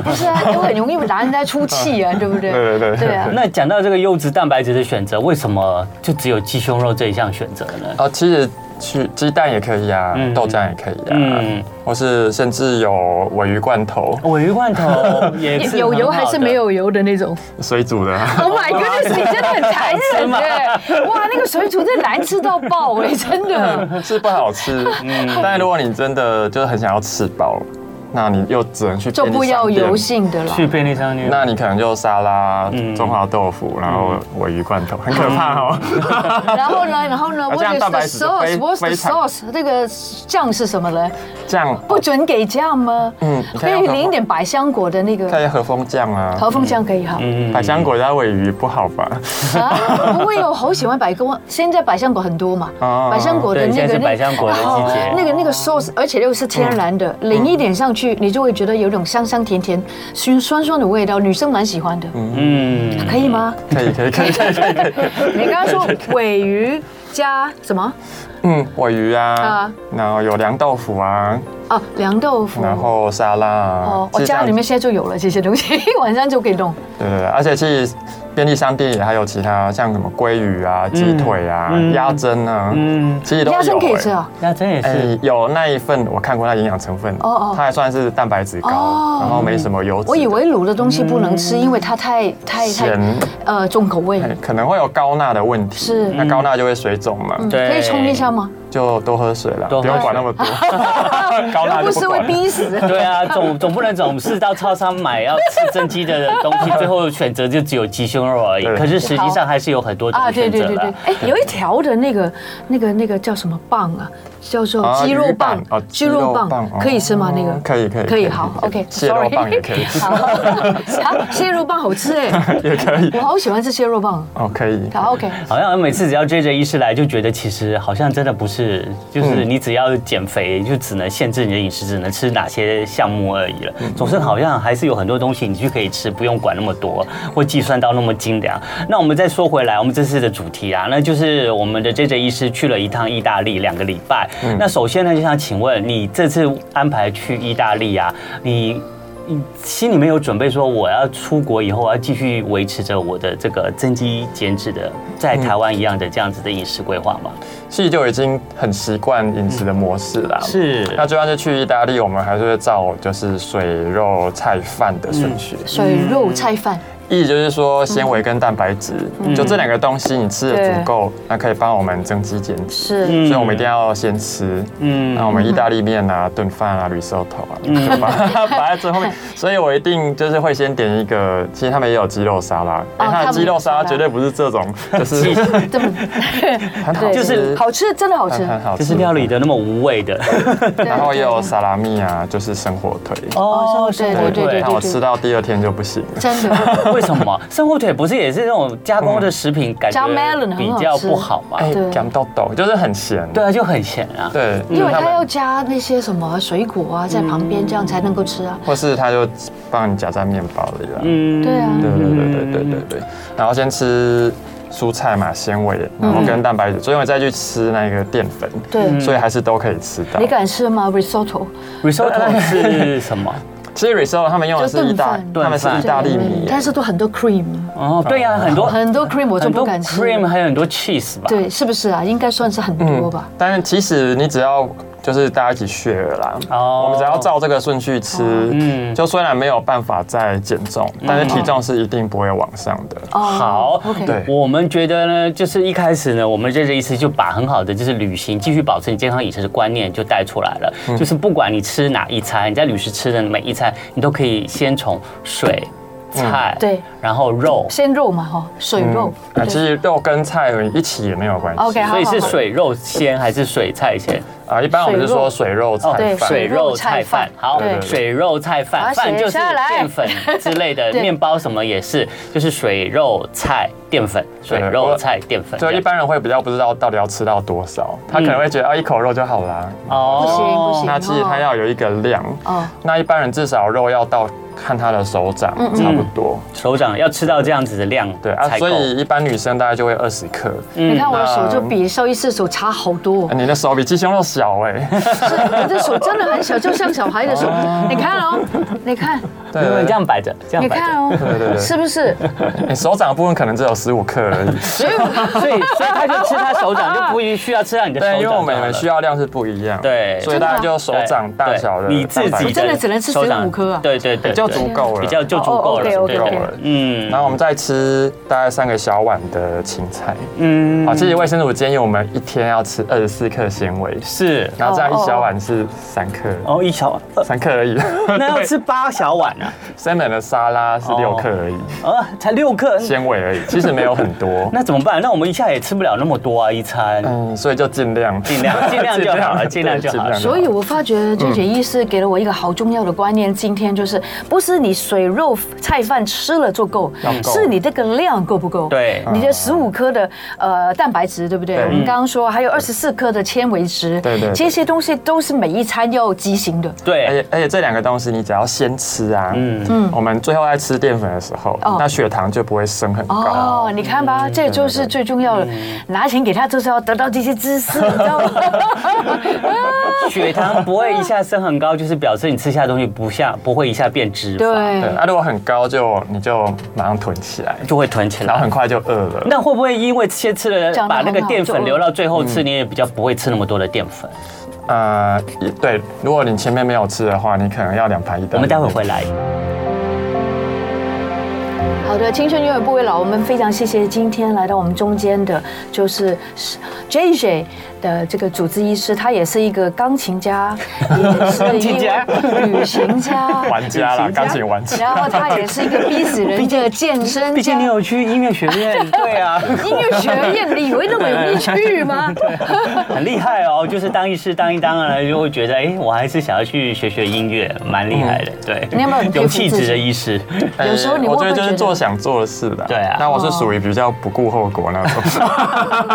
S1: 不是啊，因为很容易拿人家出气啊，对不对？
S3: 对对对
S1: 啊。
S2: 那讲到这个优质蛋白质的选择，为什么就只有鸡胸肉这一项选择呢？
S3: 啊，其实去鸡蛋也可以啊，豆浆也可以
S2: [LAUGHS]
S3: 啊，
S2: 嗯
S3: 或是甚至有鲔鱼罐头，
S2: 尾鱼罐头 [LAUGHS] 也是
S1: 有
S2: 很
S1: 油
S2: 好
S1: 还是
S2: 的
S1: 没？有油的那
S3: [LAUGHS]
S1: 种
S3: 水煮的啊、
S1: ？Oh my goodness！你真的 [LAUGHS] 很残忍
S3: 啊
S1: 哎！哇，那个水煮真的难吃到爆
S3: [LAUGHS] 嗯
S1: 哎，真的。
S3: 是不好吃。但如果你真的就是很想要吃饱，那你又只能去
S1: 就
S3: 便利
S1: 不要
S3: 商店
S1: 油性的了。
S2: 去便利商店，
S3: 那你可能就沙拉
S2: 嗯、
S3: 中华豆腐，然后鲔鱼罐头，很可怕哦。 [LAUGHS]
S1: 然后呢，然后呢
S3: 好像
S1: ，What is the
S3: 蛋白质的非
S1: sauce？What's the
S3: 非常
S1: sauce？这个酱是什么呢？
S3: 这样
S1: 不准给酱吗？
S3: 嗯
S1: 可
S3: 你看要
S1: 以
S3: 搞
S1: 淋一点百香果的那
S3: 可
S1: 个
S3: 以和风酱啊，
S1: 和风酱可以哈。
S2: 嗯
S3: 百香果加鲔鱼不好 [LAUGHS] 吧？
S1: 啊，不会有好喜欢百香果，现在百香果很多嘛，
S3: 哦
S1: 百香果的
S2: 啊对
S1: 那
S2: 现
S1: 个
S2: 在是
S1: 那
S2: 百香果的季节嗯
S1: 好那个那个 sauce，而且又是天然的，淋一点上去，你就会觉得有种香香甜甜、酸酸酸的味道，女生蛮喜欢的，
S2: 嗯，
S1: 可以
S2: [LAUGHS]
S1: 吗？
S3: 可以可以可以可以可以，可以
S1: 你刚刚说尾鱼加什么
S3: 嗯，鲔鱼啊
S1: 啊，
S3: 然后有凉豆腐啊，
S1: 啊？凉豆腐。
S3: 然后沙拉啊
S1: 哦，，我
S3: 其实这
S1: 家
S3: 样
S1: 里面现在就有了这些东西， [LAUGHS] 晚上就可以弄。
S3: 对对对，而且其实便利商店也还有其他像什么鲑鱼啊、鸡腿啊
S2: 嗯、
S3: 鸭胗啊，
S2: 嗯，
S3: 其实都有。
S1: 鸭胗可以吃
S3: 欸
S1: 啊？
S2: 那真也
S3: 哎、
S2: 是，
S3: 有那一份我看过，它营养成分，
S1: 哦哦
S3: 它还算是蛋白质高，
S1: 哦
S3: 然后没什么油脂的。
S1: 我以为卤的东西不能
S2: 嗯
S1: 吃，因为它太太太
S3: 咸
S1: 呃重口味
S3: 哎、。可能会有高钠的问题，
S1: 是嗯
S3: 那高钠就会水肿嘛，
S2: 对
S1: 可以冲一下吗？
S3: 就多喝水了，
S2: 多喝
S3: 不
S2: 水
S3: 用管那么多，
S1: [LAUGHS]
S3: [LAUGHS] 高钠
S1: 又不
S3: 就不
S1: 是
S3: 管
S1: 会
S3: 了
S1: 逼死。
S2: 对啊，总总不能总是到超商买要吃正鸡的东
S3: [LAUGHS]
S2: 西，最后选择就只有鸡胸肉而已。
S3: 对
S2: 可是实际上还是有很多
S1: 啊，
S2: 种
S1: 对
S2: 选
S1: 对
S2: 择
S1: 对对
S2: 啦。，
S1: 哎，有一条的那个、那个、那个叫什么棒啊？叫做
S3: 啊
S1: 鸡肉棒
S3: 鱼棒哦
S1: 鸡肉
S3: 鸡肉棒
S1: 棒
S3: 哦
S1: 可以吃吗？那个
S3: 可以可以
S1: 可以，好，OK，
S3: 蟹肉棒也可以
S1: 好，啊，蟹肉棒好吃哎，
S3: [LAUGHS] 也可以
S1: 我好喜欢吃蟹肉棒。
S3: 哦，可以。
S1: 好，OK，
S2: [LAUGHS] 好像每次只要追着医师来，就觉得其实好像真的不是，就是你只要减肥，就只能限制你的饮食，只能吃哪些项目而已了。总是好像还是有很多东西你就可以吃，不用管那么多，或计算到那么精良。那我们再说回来，我们这次的主题啊，那就是我们的 J J 医师去了一趟意大利两个礼拜。那首先呢，就想请问你这次安排去意大利啊，你你心里面有准备说我要出国以后我要继续维持着我的这个增肌减脂的，在台湾一样的这样子的饮食规划吗？
S3: 其实就已经很习惯饮食的模式啦。
S2: 是
S3: 那就算是去意大利，我们还是会照就是水肉菜饭的顺序。
S1: 水肉菜饭，
S3: 意思就是说，纤维跟蛋白质，就这两个东西，你吃的足够，那可以帮我们增肌减脂。
S1: 是
S3: 所以我们一定要先吃，
S2: 嗯
S3: 那我们意大利面啊、炖饭啊、risotto 啊，就 [LAUGHS] 把它摆在最后面。所以我一定就是会先点一个，其实他们也有鸡肉沙拉，
S1: 他
S3: 哎它
S1: 们有
S3: 的鸡肉沙
S1: 沙拉
S3: 拉绝对不是这种，就是
S2: 鸡
S1: 这么
S3: [LAUGHS] 很好
S1: 对，
S3: 吃，
S2: 就是
S1: 好吃，真的
S3: [LAUGHS]
S1: 好吃
S3: 很。很好
S2: 就
S3: 吃，
S2: 是料理的那么无味的。
S1: 对
S3: 然后也有萨拉米啊，就是生火腿。
S1: 哦对对对对
S3: 那我吃到第二天 [LAUGHS] 就不行了。
S1: 真的，
S2: 为什么生火腿不是也是那种加工的食品，感
S1: 加 melon
S2: 觉比较不好嘛？
S3: 哎
S1: 对，
S3: 感到抖，就是很咸。
S2: 对啊，就很咸啊。
S3: 对，
S1: 因为
S3: 他
S1: 它
S3: 们嗯
S1: 要加那些什么水果啊，在旁边这样才能够吃啊。
S3: 或是他就帮你夹在面包里了。
S2: 嗯
S1: 对啊
S3: 对对对对对对对。然后先吃蔬菜嘛，纤维，然后跟蛋白质，所以我再去吃那个淀粉。
S1: 对，
S3: 所以还是都可以吃到
S1: 你。敢吃吗？Risotto，
S2: Risotto 是什么？
S3: 其实 risotto 他们用的是意大
S1: 就，
S3: 他
S2: 炖饭
S3: 们是意大利
S1: 对
S3: 米，
S1: 但是都很多 cream，
S2: 哦，对呀，很多
S1: 很多 cream 我就
S2: 很
S1: 不
S2: 多
S1: 敢吃。
S2: cream 还有很多 cheese 吧？
S1: 对，是不是啊？应该算是很多吧。
S3: 嗯但是其实你只要就是大家一起 share 啦，
S2: 哦
S3: 我们只要照这个顺序吃，
S2: 嗯
S3: 就虽然没有办法再减重，但是体重是一定不会往上的。
S1: 哦
S2: 好
S1: ，OK，
S3: 对
S2: 我们觉得呢，就是一开始呢，我们这这一次就把很好的就是旅行继续保持你健康饮食的观念就带出来了。
S3: 嗯
S2: 就是不管你吃哪一餐，你在旅食吃的每一餐，你都可以先从水、菜，
S3: 嗯
S1: 对，
S2: 然后肉，
S1: 鲜肉嘛，哈，水肉。
S3: 啊，其实肉跟菜一起也没有关系。
S1: OK，好
S2: 所以是水肉先还是水菜先？
S3: 啊，一般我们就说水肉菜
S1: 哦对
S2: 水
S3: 饭。
S1: 水
S2: 肉
S1: 肉
S2: 菜
S1: 菜饭，
S2: 饭好
S3: 对，对
S2: 水肉菜饭，
S1: 把它
S2: 饭
S1: 写
S2: 就是
S1: 下来
S2: 淀粉之类的，
S1: 对
S2: 面包什么也是，就是水肉菜淀粉，水
S3: 对
S2: 肉
S3: 我
S2: 菜淀粉这
S3: 就
S2: 样。
S3: 一般人会比较不知道到底要吃到多少，他可能会觉得啊一口肉就好啦。
S2: 哦
S1: 不行不行
S3: 那其实它要有一个量，
S1: 嗯哦，
S3: 那一般人至少肉要到看他的手掌
S1: 嗯
S3: 差不多。
S2: 手掌要吃到这样子的量
S3: 对啊，
S2: 才够
S3: 所。以一般女生大概就会二十克，
S1: 你看我的手就比兽医师手差好多
S3: 啊，你的手比鸡胸肉小哎、
S1: 是我的手真的很小，就像小孩的手。你看哦，你看，
S3: 对
S2: 因
S3: 对
S2: 为
S3: 对
S2: 这样摆着，这样
S1: 你
S2: 摆着
S1: 看。哦
S3: [LAUGHS] 对对，对
S1: 是不是？
S3: 欸你手掌的部分可能只有十五克而已。
S2: 所以所以所以他就吃他手掌，就不需要吃到你的手
S3: 对，
S2: 掌。
S3: 因为我们需
S2: 要
S3: 要量是不一样，
S2: 对
S3: 所以大家就手掌大小的
S2: 你自
S3: 蛋白
S2: 己
S3: 质
S1: 我真的只能吃
S2: 手掌
S1: 15颗啊
S2: 对对对，
S3: 比较足够了，
S2: 比较就足够了，
S1: 哦，OK，OK，OK
S2: 对
S3: 够
S2: 对
S3: 了。
S2: 嗯，
S3: 然后我们再吃大概三个小碗的青菜。
S2: 嗯
S3: 好，其实卫生乳建议我们一天要吃二十四克纤维，
S2: 是
S3: 然后这样一小碗是三克，
S2: 哦，一小碗，呃
S3: 三克而已。 [LAUGHS]
S2: 那要吃八小碗啊，
S3: 三本的沙拉是六克而已，
S2: 呃，才六克，
S3: 纤维而已，其实没有很多。
S2: 那怎么办？那我们一下也吃不了那么多啊，一餐。
S3: 嗯，所以就尽量
S2: 尽量
S3: [LAUGHS]
S2: 尽量就好了尽量就好了
S3: 对
S1: 所以我发觉娟姐医师给了我一个好重要的观念，今天就是不是你水肉菜饭吃了就够
S3: 要，够
S1: 是你这个量够不够？
S2: 对
S1: 你的十五克的呃蛋白质，对不对？
S3: 对
S1: 我们刚刚说还有二十四克的纤维质，
S3: 对对对
S1: 这些东西都是每一餐要执行的。
S3: 而
S2: 对，
S3: 且而且这两个东西你只要先吃啊，
S2: 嗯
S3: 嗯，我们最后在吃淀粉的时候
S1: 哦，
S3: 那血糖就不会升很高。
S1: 哦，你看吧，
S3: 嗯
S1: 这就是最重要的。拿钱给他就是要得到这些知识，你知道
S3: [LAUGHS]
S1: 吗？
S2: 血糖不会一下升很高，就是表示你吃下东西不下不会一下变脂肪，，
S3: 对，
S1: 对，
S3: 那如果很高就你就马上囤起来，
S2: 就会囤起
S3: 然后
S2: 来
S3: 很。快就饿了。
S2: 那会不会因为先吃了
S1: 讲得
S2: 把那个
S1: 很好
S2: 淀粉
S1: 就
S2: 留到最后吃，你也比较不会吃那么多的淀粉？
S3: 呃，也对，如果你前面没有吃的话，你可能要两盘一单。
S2: 我们待会回来。
S1: 啊好的，青春永远不会老。我们非常谢谢今天来到我们中间的，就是 J J 的这个主治医师，他也是一个钢琴
S2: [LAUGHS]
S1: 家，也是一位旅行家，
S3: 玩家
S2: [LAUGHS]
S3: 啦，钢琴玩家。
S1: 然后他也是一个逼死人的健身
S2: 毕
S1: 家
S2: 竟你。有去音乐学
S1: [LAUGHS]
S2: 院，对啊，
S1: 音乐学院，你以为那么容易去
S2: [LAUGHS]
S1: 吗？
S2: 很厉害哦。就是当医师当一当了，就会觉得，哎，我还是想要去学学音乐，蛮厉害的。对，
S1: 嗯你有
S2: [LAUGHS]
S1: 没有很佩服
S2: 有气
S1: 自
S2: 质
S1: 己
S2: 的医师？
S3: 呃
S1: 有时候你会
S3: 我
S1: 不
S3: 觉
S1: 会
S3: 得就是
S1: 觉得
S3: 做想做的事的。
S2: 对啊
S3: 那我是属于比较不顾后果那
S2: [LAUGHS]
S3: 种。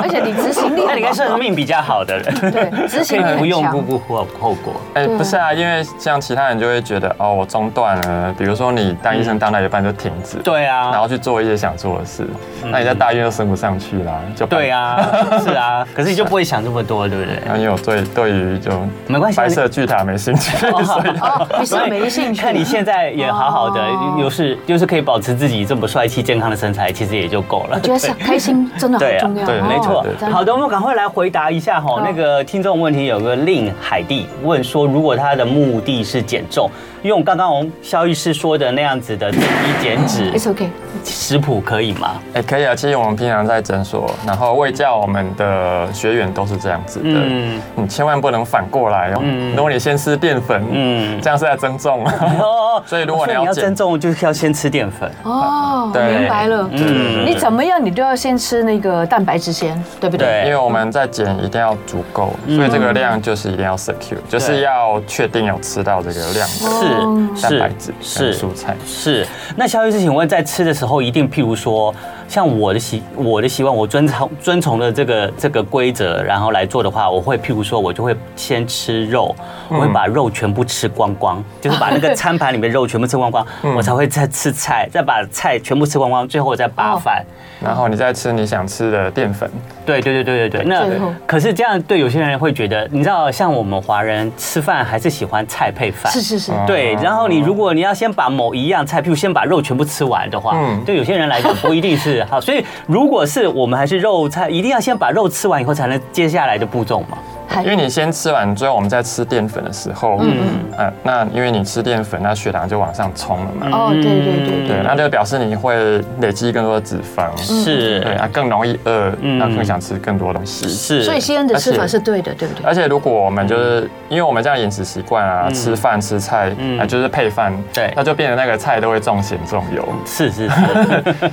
S1: 而且你执行力很好，
S2: 那你应该是命比较好的人，
S1: 对执行力
S2: 可以不
S1: 很
S2: 用顾
S1: 强。
S2: 顾后后果。
S3: 哎，
S1: 对
S3: 不是啊，因为像其他人就会觉得哦，我中断了，比如说你当医生当到一半就停止，
S2: 对啊，嗯
S3: 然后去做一些想做的事，那你在大医院就升不上去啦，就
S2: 对。 [LAUGHS] 啊，是啊，可是你就不会想这么多，对不对？
S3: 那因为我对对于就
S2: 没关系
S3: 白色巨塔没兴趣，
S2: [LAUGHS]
S3: 所以
S1: 哦，你是没兴趣。
S2: 看你现在也好好的，
S1: 哦
S2: 又是又是可以保持自己这么帅气健康的身材，其实也就够了
S1: 我。觉得是开心，真的好
S2: 对啊
S1: 重要。
S3: 对
S1: 哦
S2: 没错
S3: 对
S1: 真，的
S2: 好的，我们赶快来回答一下哈。那个听众问题有个令海蒂问说，如果他的目的是减重，用刚刚我们肖医师说的那样子的减一减脂
S1: It's okay。
S2: 食谱可以吗？
S3: [LAUGHS] 哎、可以啊。其实我们平常在诊所，然后卫教我们的学员都是这样子的。
S2: 嗯
S3: 嗯，你千万不能反过来哦。
S2: 嗯
S3: 如果你先吃淀粉，
S2: 嗯
S3: 嗯，这样是在增重。
S2: [LAUGHS] 哦，
S3: 所以如果你要
S2: 要
S3: 减
S2: 增重，就是要先吃淀粉。
S1: 哦，
S3: [LAUGHS] 对
S1: 明白了。
S3: 嗯，
S1: 你怎么样，你都要先吃那个蛋白质先，对不对？
S3: 因为我们在减一定要足够，所以这个量就是一定要 secure，就是要确定有吃到这个量
S1: 哦
S3: 的蛋白质、
S2: 是
S3: 是蔬菜。
S2: 是，那肖医师，请问在吃的时候，一定譬如说，像我的习我的习惯，我遵从遵从的这个这个规则，然后来做的话，我会譬如说，我就会先吃肉，我会把肉全部吃光光，就是把那个餐盘里面肉全部吃光光，我才会再吃菜，再把菜全部吃光光，最后我再扒
S1: 哦
S2: 饭。
S3: 然后你再吃你想吃的淀粉，
S2: 对对对对对对，那
S1: 最后
S2: 可是这样对有些人会觉得，你知道，像我们华人吃饭还是喜欢菜配饭，
S1: 是是是，
S3: 嗯
S2: 对，然后你如果你要先把某一样菜，譬如先把肉全部吃完的话，
S3: 嗯
S2: 对有些人来讲不一定是好，所以如果是我们还是肉菜，一定要先把肉吃完以后才能接下来的步骤嘛。
S1: 还
S3: 因为你先吃完之后，我们在吃淀粉的时候，嗯呃，那因为你吃淀粉，那血糖就往上冲了嘛，
S1: 哦，对对对
S3: 对，
S1: 对，
S3: 那就表示你会累积更多的脂肪，
S1: 嗯
S2: 是
S3: 对啊，更容易饿，
S2: 嗯
S3: 那更想吃更多东西。
S2: 是，
S1: 所以西恩的吃法
S3: 而且
S1: 是对的，对不对？
S3: 而且如果我们就是因为我们这样饮食习惯啊，吃饭吃菜
S2: 嗯
S3: 啊，就是配饭，
S2: 对
S3: 那就变成那个菜都会重咸重油。
S2: 是是是，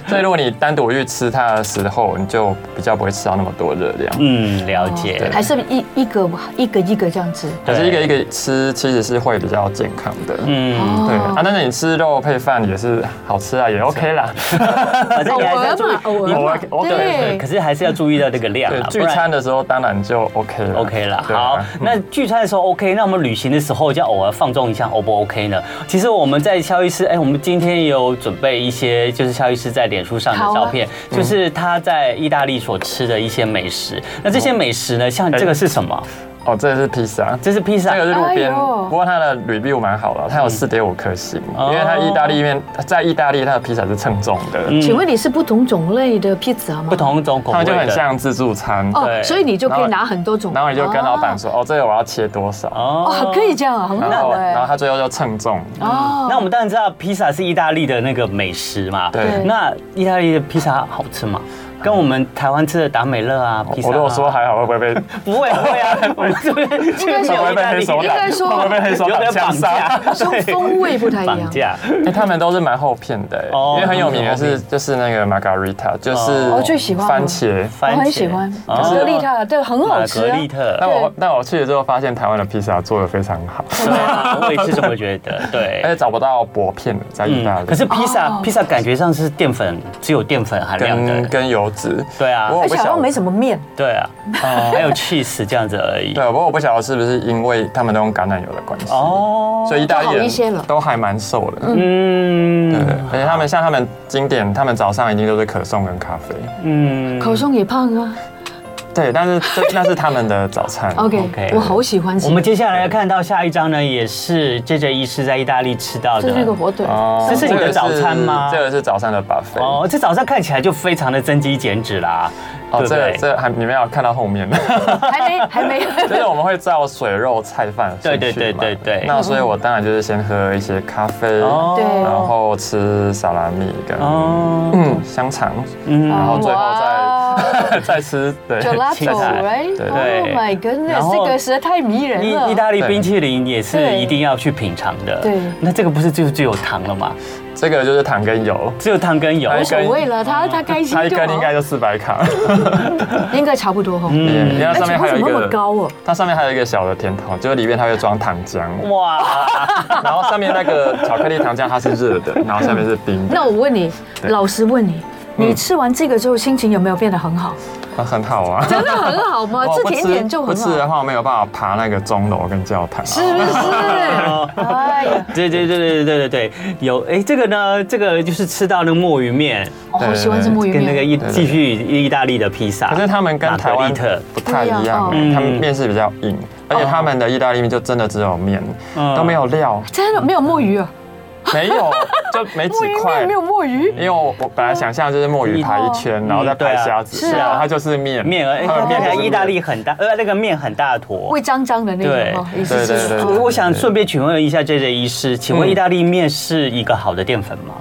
S3: 所以如果你单独去吃它的时候，你就比较不会吃到那么多热量。
S2: 嗯，了解。
S1: 还是一一个一个一个这样吃。
S3: 可是一个一个吃，其实是会比较健康的。
S2: 嗯，
S3: 对
S1: 哦
S3: 啊，但是你吃肉配饭也是好吃啊，也
S2: [LAUGHS]
S3: OK 啦。
S2: 反正
S1: 偶
S2: 你还是要
S1: 尔
S2: 注意
S1: 嘛，，偶
S3: 偶
S1: 尔
S3: 尔
S1: 嘛，
S3: 对
S1: 对
S3: 对
S2: 可。是还是要注意到这个量啊
S3: 对，
S2: 啦，
S3: [LAUGHS] 聚餐的时候当然就 OK 了。
S2: OK 啦，
S3: 对啊
S2: 好，那聚餐的时候 OK，那我们旅行的时候就要偶尔放纵一下，O 不 OK 呢？其实我们在肖医师，哎，我们今天也有准备一些，就是肖医师在脸书上的照片，
S3: 嗯嗯
S2: 就是他在意大利所吃的一些美食。那这些美食呢，像这个是什么？
S3: 哦，这是披萨，
S2: 这是披萨
S3: 哎这个是路边，
S1: 哎呦
S3: 不过它的 review 蛮好的，它有四点五颗星，
S2: 嗯哦
S3: 因为它意大利面在意大利它的披萨是称重
S2: 嗯
S3: 的，
S1: 请问你是不同种类的 pizza 吗？
S2: 不同种口
S3: 它
S2: 味
S3: 就
S2: 的，
S3: 很像自助餐，
S1: 哦，
S2: 对
S1: 所以你就可以
S3: 然后
S1: 拿很多种。
S3: 然后你就跟老板说，哦，这个我要切多少，
S1: 啊
S2: 哦
S1: 哦，可以这样啊，很
S3: 然
S1: 好
S3: 后然后嗯
S1: 哎。
S3: 它最后就称重，
S1: 哦
S2: 那我们当然知道披萨是意大利的那个美食嘛，
S3: 对
S2: 那意大利的披萨好吃吗？跟我们台湾吃的达美乐啊，披萨、啊，
S3: 我如果说还好，会不
S2: [LAUGHS]
S3: 会被
S2: 不会不会啊，我们
S3: [LAUGHS]
S2: 这边这边没有意大利
S3: 会不
S1: 应
S3: 会被黑手党
S1: 该说
S3: 会不会
S2: [LAUGHS]
S3: [LAUGHS] 被黑手
S2: 有
S3: 党
S2: 点
S3: 枪
S2: 绑
S3: 杀
S2: 架？，
S1: 说
S2: 对
S1: 风味不太一
S2: 绑
S1: 样。
S2: 架，
S3: [LAUGHS] 哎、他们都是蛮厚片的、哎
S2: 哦
S3: 因为很有名的
S2: 他们
S3: 是就是那个 margarita，就是
S2: 哦
S1: 我最喜欢
S3: 番茄。嗯
S1: 我
S2: 番茄
S1: 很喜欢
S2: 哦
S1: 玛格丽特，对，很好
S2: 玛
S1: 吃
S2: 格
S1: 啊
S2: 丽。特。
S3: 但我
S1: 对
S3: 但哦我去了之后发现台湾的披萨做的非常好，
S2: 对啊，我也是这么觉得。
S3: [LAUGHS] 而
S2: 对，嗯
S3: 且找不到薄片的在意大利。
S2: 可是披萨
S1: 哦，
S2: 披萨感觉上是淀粉，只有淀粉含量
S3: 跟
S2: 的。欸
S3: 跟油脂，
S2: 对啊
S3: 不过我
S1: 而
S3: 不
S1: 且好
S3: 晓
S1: 像没
S3: 得，
S1: 什么面，
S2: 对啊，还有 cheese 这样子而已。
S3: 哦对，啊不过我不晓得是不是因为他们都用橄榄油的关系，
S2: 哦，
S3: 所以意大利
S1: 就好一些嗯了
S3: 人都还蛮瘦的。对，
S2: 嗯
S3: 而且他们像他们经典，他们早上一定都是可颂跟咖啡。
S2: 嗯
S1: 口松也胖啊。
S3: 对，但是这那是他们的早
S1: [LAUGHS]
S3: 餐。
S1: OK，
S2: OK
S1: 我好喜欢吃
S2: 我们接下来看到下一张呢，也是 J J 医师在意大利吃到
S1: 这是那个
S2: 的。
S1: 火腿，
S3: 哦
S2: 这是你的早餐吗
S3: 这个是早餐的 buffet。
S2: 哦，这早上看起来就非常的增肌减脂啦，对
S3: 哦，
S2: 不
S3: 这个
S2: 对？
S3: 这个还你们要看到后面，
S1: 还没还没。
S3: [LAUGHS] 就是我们会照水肉菜饭顺序
S2: 对
S3: 嘛
S2: 对对对对
S3: 那所以我当然就是先喝一些咖啡，
S2: 哦
S1: 对
S3: 然后吃沙拉米跟
S2: 哦，
S3: 嗯 [LAUGHS] 香肠，
S2: 嗯
S3: 然后最后
S1: 哇
S3: 再再吃对 [LAUGHS]
S2: 青菜
S1: Gelato，right？
S3: 对
S1: Oh my
S2: 对然
S1: goodness，
S2: 后
S1: 这个实在太迷人了。
S2: 意意大利冰淇淋也是
S1: 对
S2: 一定要去品尝的。
S1: 对
S2: 那这个不是就只有糖了吗？
S3: 这个就是糖跟油，
S2: 只有糖跟油。
S3: 哎
S1: 无所谓了，他他开心
S3: 它一
S1: 就
S3: 根应该
S1: 好，
S3: 就四百卡，
S1: 啊
S3: [LAUGHS]
S1: 应该差不多哈。
S3: 嗯因为它
S1: 而
S3: 上
S1: 且
S3: 面还
S1: 为
S3: 有
S1: 什
S3: 一
S1: 么那么
S3: 个，
S1: 高哦？
S3: 它上面还有一个小的甜筒，就是里面它会装糖浆，
S1: [LAUGHS]
S2: 哇，
S3: 然后上面那个巧克力糖浆它是热的，然后下面是冰的，
S1: 那我问你，
S3: 对嗯
S1: 老实问你，你吃完这个之后心情有没有变得很
S3: [LAUGHS]
S1: 好？
S3: 啊很好啊。
S1: 真的很好吗？
S3: 哦
S1: 吃
S3: 不
S1: 呃甜点就
S3: 不
S1: 很好，
S3: 吃的啊话，我没有办法爬那个钟楼跟教堂。啊
S1: 是不
S3: [LAUGHS]
S1: 是？哎呀，
S2: 对对对对对对对，有哎，这个呢，这个就是吃到那个墨鱼面，
S1: 我好喜欢吃
S3: 对对对
S1: 墨鱼
S2: 跟那个
S1: 面。
S2: 意
S3: 对对
S2: 继续意大利的披萨。
S3: 可是他们跟台
S2: 玛格
S3: 湾
S2: 丽特
S3: 不太一样
S1: 不
S2: 一样
S3: 欸，
S2: 哦
S3: 他们面是比较硬，而且他们的意大利面就真的只有面，
S2: 嗯
S3: 都没有料，
S1: 真的没有墨鱼啊，
S3: 没有就
S1: [LAUGHS]
S3: 没
S1: 墨
S3: 几
S1: 鱼
S3: 块
S1: 面没。有墨鱼
S3: 因，为我我本来想象就是墨鱼排一圈，然后再排虾子，
S1: 嗯对啊
S3: 没有
S1: 是啊
S3: 它就是面
S2: 面而
S3: 它的
S1: 哦
S2: 哎，
S3: 面
S2: 看起
S3: 就是
S2: 来
S3: 面
S2: 意大利很大，呃，那个面很大坨
S1: 味。脏脏的那
S2: 对
S1: 种哦，意思
S3: 对对
S1: 是
S3: 对对
S1: 说
S3: 对
S2: 我想顺便询问一下 J J 医师，请问
S3: 嗯
S2: 意大利面是一个好的淀粉
S1: [LAUGHS]
S2: 吗？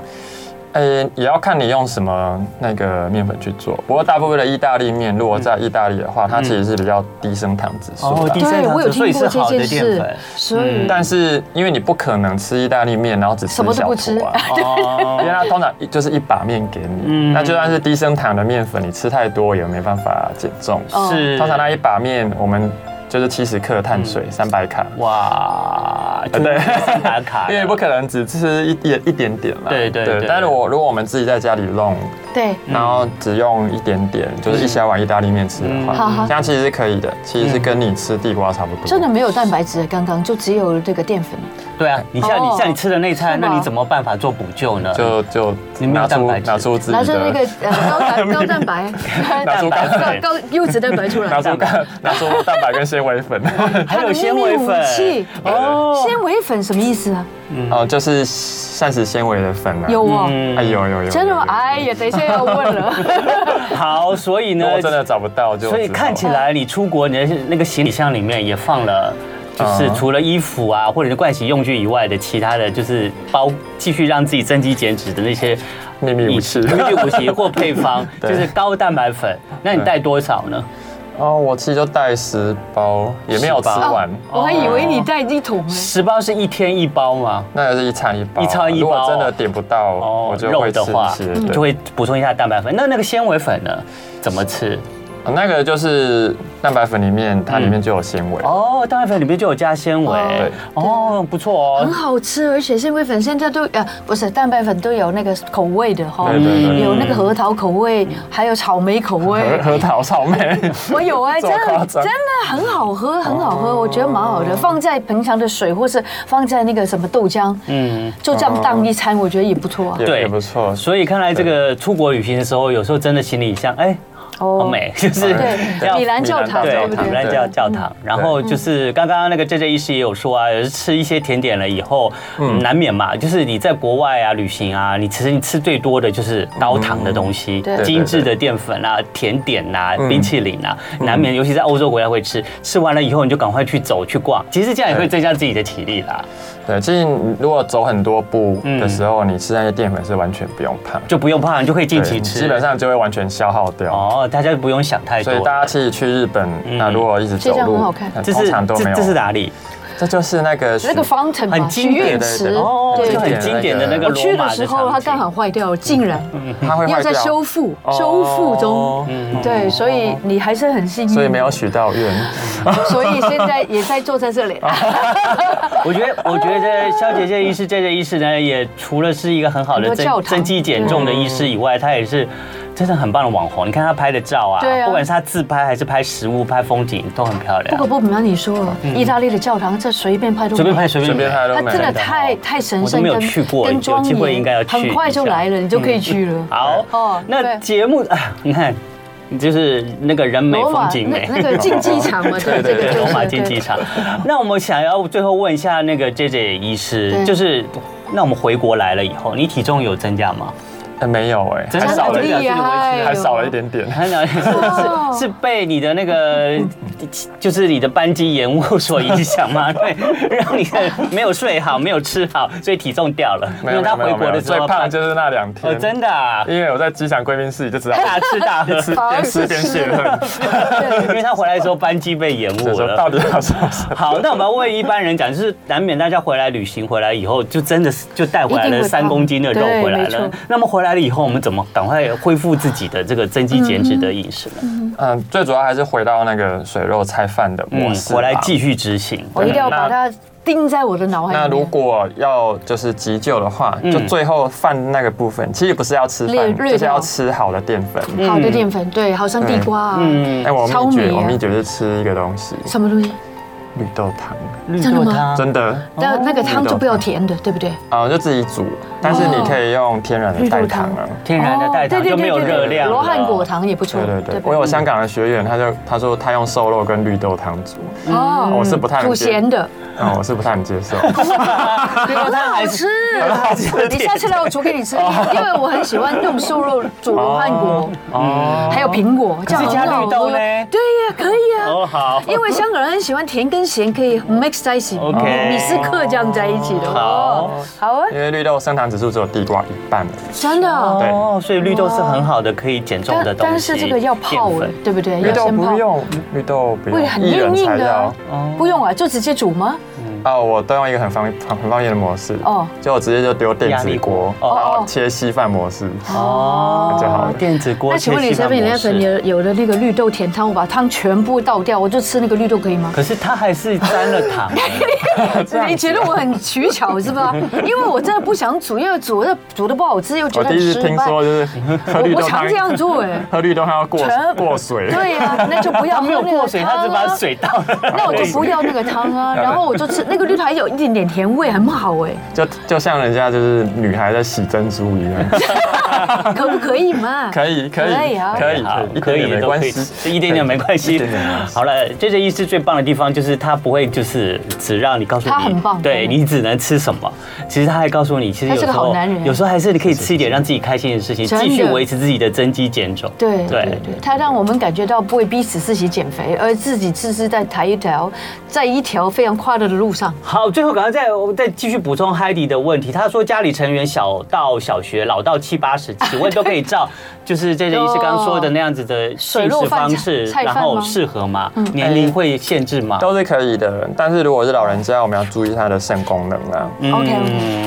S3: 呃，也要看你用什么那个面粉去做。不过大部分的意大利面，如果在意大利的话，它其实是比较低升糖指数
S2: 嗯哦
S3: 的。
S2: 低嗯
S1: 对
S2: 生长
S1: 我有
S2: 指数
S1: 听过
S2: 所以
S1: 这
S2: 是好的
S1: 件
S2: 淀
S1: 事
S2: 粉，
S1: 所以
S3: 但是因为你不可能吃意大利面，然后只吃
S1: 什么都不
S3: 小
S1: [LAUGHS]
S3: 坨啊，
S2: 哦
S3: 因为它通常一就是一把面给你，
S2: 嗯
S3: 那就算是低升糖的面粉，你吃太多也没办法减重。
S1: 哦
S2: 是嗯
S3: 通常那一把面我们就是七十克碳水，三百、卡，
S2: 哇，
S3: 呃
S2: 对
S3: 对，
S2: 打卡的，
S3: [LAUGHS] 因为不可能只吃一点一点点啦。
S2: 对对对嗯
S3: 但是我如果我们自己在家里弄，
S1: 对，
S3: 然后只用一点点，就是一小碗意大利面吃的
S1: 嗯好
S2: 啊
S1: 好
S3: 话，这样其实是可以的，其实
S2: 嗯
S3: 是跟你吃地瓜差不多。
S1: 真的没有蛋白质，刚刚就只有这个淀粉。
S2: 对
S3: 哎
S2: 啊，你像
S1: 哦
S2: 你像你吃的那餐，
S1: 是吗
S2: 那你怎么办法做补救呢？
S3: 就就
S2: 你没有
S3: 拿
S2: 蛋
S3: 出
S2: 白质
S3: 拿出自
S1: 拿
S3: 己
S1: 出那
S3: 的
S1: 个。呃高蛋
S3: [LAUGHS]
S1: 高蛋白，
S3: 拿
S1: [LAUGHS]
S3: 出
S2: 蛋白
S1: 高高优质蛋白出
S3: 拿
S1: 来，
S3: 出蛋拿出蛋白跟纤维粉，
S2: [LAUGHS] 还有纤维
S1: 它
S2: 粉
S1: 的秘密武器
S2: 哦，
S1: 纤维粉什么意思啊？
S3: 哦，就是膳食纤维的粉啊。
S1: 有哦，
S2: 嗯
S3: 哎，有有有，
S1: 真的吗？
S3: 有有
S1: 哎呀，等一下要问
S3: [LAUGHS]
S1: 了。
S2: 好，所以
S3: 如
S2: 呢
S1: 哎
S3: 果，真的找不到就，
S2: 所以看起来你出国，你的那个行李箱里面也放了。就是
S3: 嗯
S2: 除了衣服啊，或者是盥洗用具以外的其他的，就是包继续让自己增肌减脂的那些
S3: 秘密武器
S2: [LAUGHS] 秘密武器或配方，就
S3: [LAUGHS] 对
S2: 是高蛋白粉。那你带多少呢？
S3: 哦，我其实就带十包，也没有吃完，
S1: 我
S3: 哦
S1: 还以为你带一桶呢。
S2: 十包是一天一包吗？
S3: 那就是一餐一包啊，
S2: 一餐一包
S3: 如果真的点不到，
S2: 哦
S3: 我就会吃
S2: 肉的
S3: 一
S2: 话嗯
S3: 些，
S2: 就
S3: 对，
S2: 会补充一下蛋白粉。那那个纤维粉呢？怎么吃？
S3: 哦那个就是蛋白粉里面，
S2: 嗯
S3: 它里面就有纤维，
S2: 哦，蛋白粉里面就有加纤维
S3: 对，
S2: 哦，不错
S1: 很
S2: 哦。
S1: 好吃，而且纤维粉现在都呃不是蛋白粉都有那个口味的哈，
S3: 对对对
S1: 有那个核桃口味，还有草莓口味。
S3: 核核桃草莓，
S1: [LAUGHS] 我有哎、
S3: 这
S1: 真
S3: 么
S1: 的
S3: 夸
S1: 真
S3: 张
S1: 的很好喝，
S2: 哦
S1: 很好喝，我觉得蛮好的。放在平常的水，或是放在那个什么豆浆，
S2: 嗯，
S1: 就这样当一餐，我觉得也不错啊。
S3: 也
S2: 对
S3: 也不错，
S2: 所以看来这个出国旅行的时候，有时候真的行李箱，哎，
S1: 哦
S2: 好美，就是
S1: 对
S2: 要
S1: 米兰教堂
S2: 对，
S1: 对不
S2: 米
S1: 对
S2: 兰教教堂。
S3: 嗯
S2: 然后就是刚刚那个 J J 医师也有说啊，吃一些甜点了以后，嗯难免嘛，就是你在国外啊旅行啊，你其实你吃最多的就是高糖的东
S3: 嗯
S2: 西
S1: 对，
S2: 精致的淀粉啊、甜点呐、冰淇淋啊，
S3: 嗯
S2: 难免，尤其在欧洲国家会吃。吃完了以后，你就赶快去走去逛，其实这样也会增加自己的体力啦，
S3: 对，其实你如果走很多步的
S2: 嗯
S3: 时候，你吃那些淀粉是完全不用胖，
S2: 就不用怕，你就可以
S3: 对
S2: 尽情吃。
S3: 基本上就会完全消耗掉。
S2: 哦，大家不用想太多
S3: 所以。大家其实去日本，那如果一直走
S1: 这样
S3: 路
S1: 很好看，
S2: 这
S3: 通
S2: 是
S3: 常都没
S2: 这
S3: 有
S2: 这。是哪里？
S3: 这就是那个
S1: 那个 fountain 嘛
S2: 很
S1: 许
S2: 经典
S1: 愿
S3: 的
S1: 池，
S2: 哦，
S1: 对
S2: 就很
S3: 对
S2: 经典的那个
S1: 我
S2: 罗
S1: 去
S2: 马
S1: 的时
S2: 的
S1: 候它
S2: 场景嗯
S1: 刚好坏掉了，竟然
S3: 它会
S1: 要
S3: 坏
S1: 在
S3: 掉，
S1: 修复
S2: 哦
S1: 修复中。
S3: 嗯，
S1: 对，所以你还是很幸运，
S3: 所以没有，许到愿。
S1: [LAUGHS] 所以现在也在坐在这
S2: [LAUGHS]
S1: 里。
S2: 我觉得，我觉得肖姐这医师，这个医师呢，也除了是一个很好的
S1: 很多教
S2: 增
S1: 堂
S2: 增肌减重的医师以外，他也是真的很棒的网红。你看他拍的照啊，
S1: 对啊
S2: 不管是他自拍还是拍食物、拍风景，都很漂
S1: 不
S2: 亮啊
S1: 可。不瞒你说，意大利的教堂这随便拍都
S2: 嗯随便
S1: 美
S2: 拍，随便
S3: 随便拍都
S1: 它
S3: 美
S1: 真的
S3: 真
S2: 的
S1: 太
S2: 哦
S1: 太神
S2: 我都
S1: 圣
S2: 没有
S1: 跟
S2: 去过有
S1: 跟庄
S2: 机会应该要
S1: 严，
S2: 去
S1: 很
S2: 一
S1: 快就
S2: 下嗯
S1: 来了，你就可以去了。
S2: 好，
S1: 哦
S2: 那
S1: 对
S2: 节目 [LAUGHS] 啊，你看，就是那个人美
S1: 罗
S2: 风
S1: 马
S2: 景美哦
S1: 那。那个竞技场嘛，对，这
S2: 对
S1: 个
S2: 对，
S1: 就是
S2: [LAUGHS] 罗马竞技
S1: 对
S2: 场。那我们想要最后问一下那个 J J 医师，
S1: 对
S2: 就是那我们回国来了以后，你体重有增加吗？
S3: 呃没有哎，
S2: 真
S3: 还
S2: 的
S3: 少了一
S2: 点
S3: 点，
S1: 厉害，
S3: 还少了一。点点。
S2: 很 [LAUGHS] 了解，
S1: 哦
S2: 是是被你的那个， [LAUGHS] 就是你的班机延误所影
S1: [LAUGHS]
S2: 响吗？对，让你的没有睡好，没有吃好，所以体重掉了。
S3: [LAUGHS] 没有
S2: 因为他
S3: 没有
S2: 回
S3: 没
S2: 国
S3: 有
S2: 的时
S3: 最
S2: 候
S3: 胖的就是那两天，
S2: 哦，真的啊，
S3: 因为我在机场贵宾室里就知道，
S2: 大吃大
S1: [LAUGHS]
S2: 喝
S3: 一，吃边吃边泄恨，
S2: 因为他回来的时候班机被延
S3: 就
S2: 误
S3: 说
S2: 了。
S3: 到底要什么事？
S2: 好，那我们要为一般人讲，就是难免大家回来旅行回来以后，就真的是就带回来
S1: 一定
S2: 了
S1: 会胖
S2: 三公斤的肉
S1: 对
S2: 回来
S1: 没
S2: 了
S1: 错。
S2: 那么回来了以后，我们怎么赶快恢复自己的这个增肌减脂的饮食呢？
S3: [LAUGHS] 嗯，最主要还是回到那个水肉菜饭的模
S2: 嗯，
S3: 式吧。
S2: 我来继续执行。
S1: 我一定要把它钉在我的脑海里
S3: 那
S1: 面。
S3: 如果要就是急救的话，就最后饭那个部分，其实不是要吃
S1: 略
S3: 饭，
S1: 略
S3: 就是要
S1: 掉
S3: 吃好的淀粉。
S1: 好
S2: 嗯
S1: 的淀粉，对，好像地瓜啊，
S3: 哎，我
S1: 嗯糙
S3: 秘
S1: 米
S3: 诀，
S1: 啊
S3: 我秘诀是吃一个东西，
S1: 什么东西？
S2: 哦
S3: 绿豆汤，
S2: 绿
S1: 真
S2: 豆
S1: 的吗
S2: 汤，
S3: 真的
S1: 那那个汤就不要甜的，对不对？
S3: 啊，就自己煮，但是你可以用天然的代糖啊。
S2: 天然
S1: 哦
S2: 的代糖就没有热量了。
S1: 罗汉果糖也不错
S3: 对，对对，
S1: 吧
S3: 我有香港的学员，他就他说他用瘦肉跟绿豆汤煮，
S1: 哦
S3: 我是不太能
S1: 煮
S3: 接
S1: 咸
S2: [LAUGHS]
S1: 的，
S3: 嗯，我是不太能接
S1: [LAUGHS]
S3: 受。
S2: 绿豆
S1: 很
S2: 汤
S1: 好
S2: 还是
S1: 吃。
S2: [LAUGHS]
S1: 你下次来我煮给你吃，
S2: 哦
S1: 因为我很喜欢用瘦肉煮罗汉果，
S3: 哦，
S1: 还有苹果，这样
S2: 是
S1: 很
S2: 加
S1: 好喝
S2: 绿豆嘞
S1: 对呀，可以啊。
S2: 哦好。
S1: 因为香港人很喜欢甜跟咸可以 mix 在一起
S2: OK
S1: 米是克这样在一起的。
S2: 好
S1: 哦，好啊，
S3: 因为绿豆升糖指数只有地瓜一半，
S1: 真的啊。
S3: 对
S2: 哦，所以绿豆是很好的可以减重的
S1: 但
S2: 东西。
S1: 但是这个要泡
S2: 淀
S1: 了
S2: 粉，
S1: 对不对？
S3: 绿
S1: 要
S3: 豆
S1: 先泡
S3: 不，用，绿豆不
S1: 会
S3: 用，
S1: 很
S3: 薏
S1: 硬
S3: 仁
S1: 硬
S3: 才
S1: 的
S3: 要
S1: 啊。，
S2: 哦
S1: 不用啊，就直接煮吗？
S3: 哦，我都用一个很方很很方便的模式，
S1: 哦
S3: 就我直接就丢电
S2: 压力
S3: 子
S2: 锅
S3: 锅，
S2: 哦
S3: 然
S1: 哦
S3: 后切稀饭模式，
S2: 哦
S3: 就好了
S2: 电子锅
S1: 那请
S2: 切
S1: 问你
S2: 稀
S1: 这
S2: 饭
S1: 边
S2: 模
S1: 那粉
S2: 式。
S1: 有有的那个绿豆甜汤，我把汤全部倒掉，我就吃那个绿豆可以吗？
S2: 可是它还是沾了糖，啊
S1: [LAUGHS] 你觉得我很取巧是
S3: [LAUGHS]
S1: 吧？因为我真的不想煮，因为煮的煮的不好吃，又觉
S3: 我
S1: 得
S3: 第
S1: 很
S3: 一
S1: 失
S3: 次听
S1: 败。
S3: 说就是喝绿
S1: 我
S3: 豆
S1: 常
S3: 汤
S1: 这，样做哎，
S3: [LAUGHS] 喝绿豆汤要过
S1: 全
S3: 过水，
S1: 对啊，那就不要
S2: 它没有
S1: 喝那个
S2: 过水，它只
S1: 汤啊
S2: 把水倒了。
S1: 那我就不要那个汤啊，然后我就吃那个绿豆，还有一点点甜味，很好哎，
S3: 就就像人家就是女孩在洗珍珠一样，
S1: 可不可以嘛？
S3: 可以可
S1: 可
S3: 以
S1: 以啊
S3: 可以
S2: 好
S3: 一
S2: 可
S3: 点
S2: 以
S3: 点没
S2: 都
S3: 关
S2: 可以吃，
S3: 系，
S2: 一点点没关系
S3: 一点点没关。系
S2: 好了，这这医师最棒的地方就是他不会就是只让你告诉你，
S1: 他很棒
S2: 对
S1: 真的
S2: 你只能吃什么。其实他还告诉你，其实有
S1: 他是
S2: 时
S1: 个好
S2: 候
S1: 男人
S2: 有时候还是你可以吃一点让自己开心的事情，
S1: 真的
S2: 继续维持自己的增肌减重。
S1: 对
S2: 对
S1: 对对，它让我们感觉到不会逼死自己减肥，而自己只是在抬一条，在一条非常快乐的路上。
S2: 好，最后赶快再我们再继续补充 Heidi 的问题。他说家里成员小到小学，老到七八十，体温都可
S1: [LAUGHS]
S2: 以照，就是这些医师刚刚说的那样子的进食方
S1: 水肉饭
S2: 式，
S1: 菜
S2: 然
S1: 饭
S2: 后
S1: 吗嗯
S2: 适合吗？年龄会限制吗？
S3: 都是可以的。但是如果是老人家，我们要注意他的肾功能啊。
S1: OK，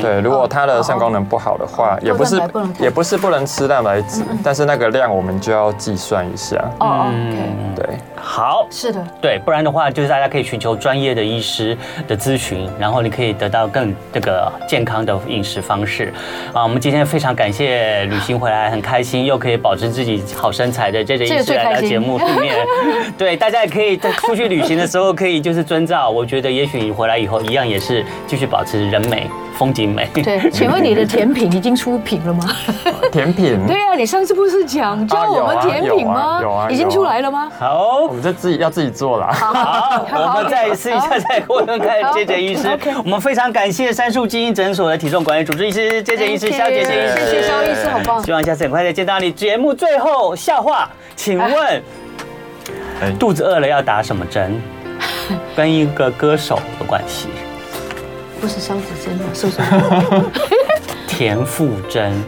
S3: 对，如果他的肾功能不好的话，也不是
S1: 蛋哦白不能太嗯
S3: 也不是不能吃蛋白质，但是那个量我们就要计算一下。
S1: 哦哦，OK，
S3: 对，
S2: 好，
S1: 是的，
S2: 对，不然的话就是大家可以寻求专业的医师的咨询，然后你可以得到更这个健康的饮食方式。啊，我们今天非常感谢旅行回来，很开心又可以保持自己好身材的这这
S1: 这
S2: 医
S1: 个
S2: 师
S1: 最
S2: 来到
S1: 开心 [LAUGHS]
S2: 节目里面。对，大家也可以在出去旅行的时候可以就是遵照，我觉得也许你回来以后一样也是继续保持人美风景美。
S1: 对，请问你的甜品已经出品了吗？
S3: 甜品，
S1: 对啊，你上次不是讲教我们甜品吗？
S3: 有啊有啊有啊
S1: 已经出来了吗？
S2: [LAUGHS] 好
S3: 我，们这自己要自己做啦。
S2: 好，我们再试一下，再过问看
S1: 好
S2: 杰杰医师
S1: OK。
S2: 我们非常感谢杉树基因诊所的体重管理主治医师杰杰医师、肖杰杰医师，
S1: 谢谢肖医师，好棒
S2: 希。望下次很快再见到你。节目最后笑话，请问
S3: 哎
S2: 肚子饿了要打什么针？跟一个歌手有关系，
S1: 不是烧纸针吗？是不是？
S2: 田馥甄。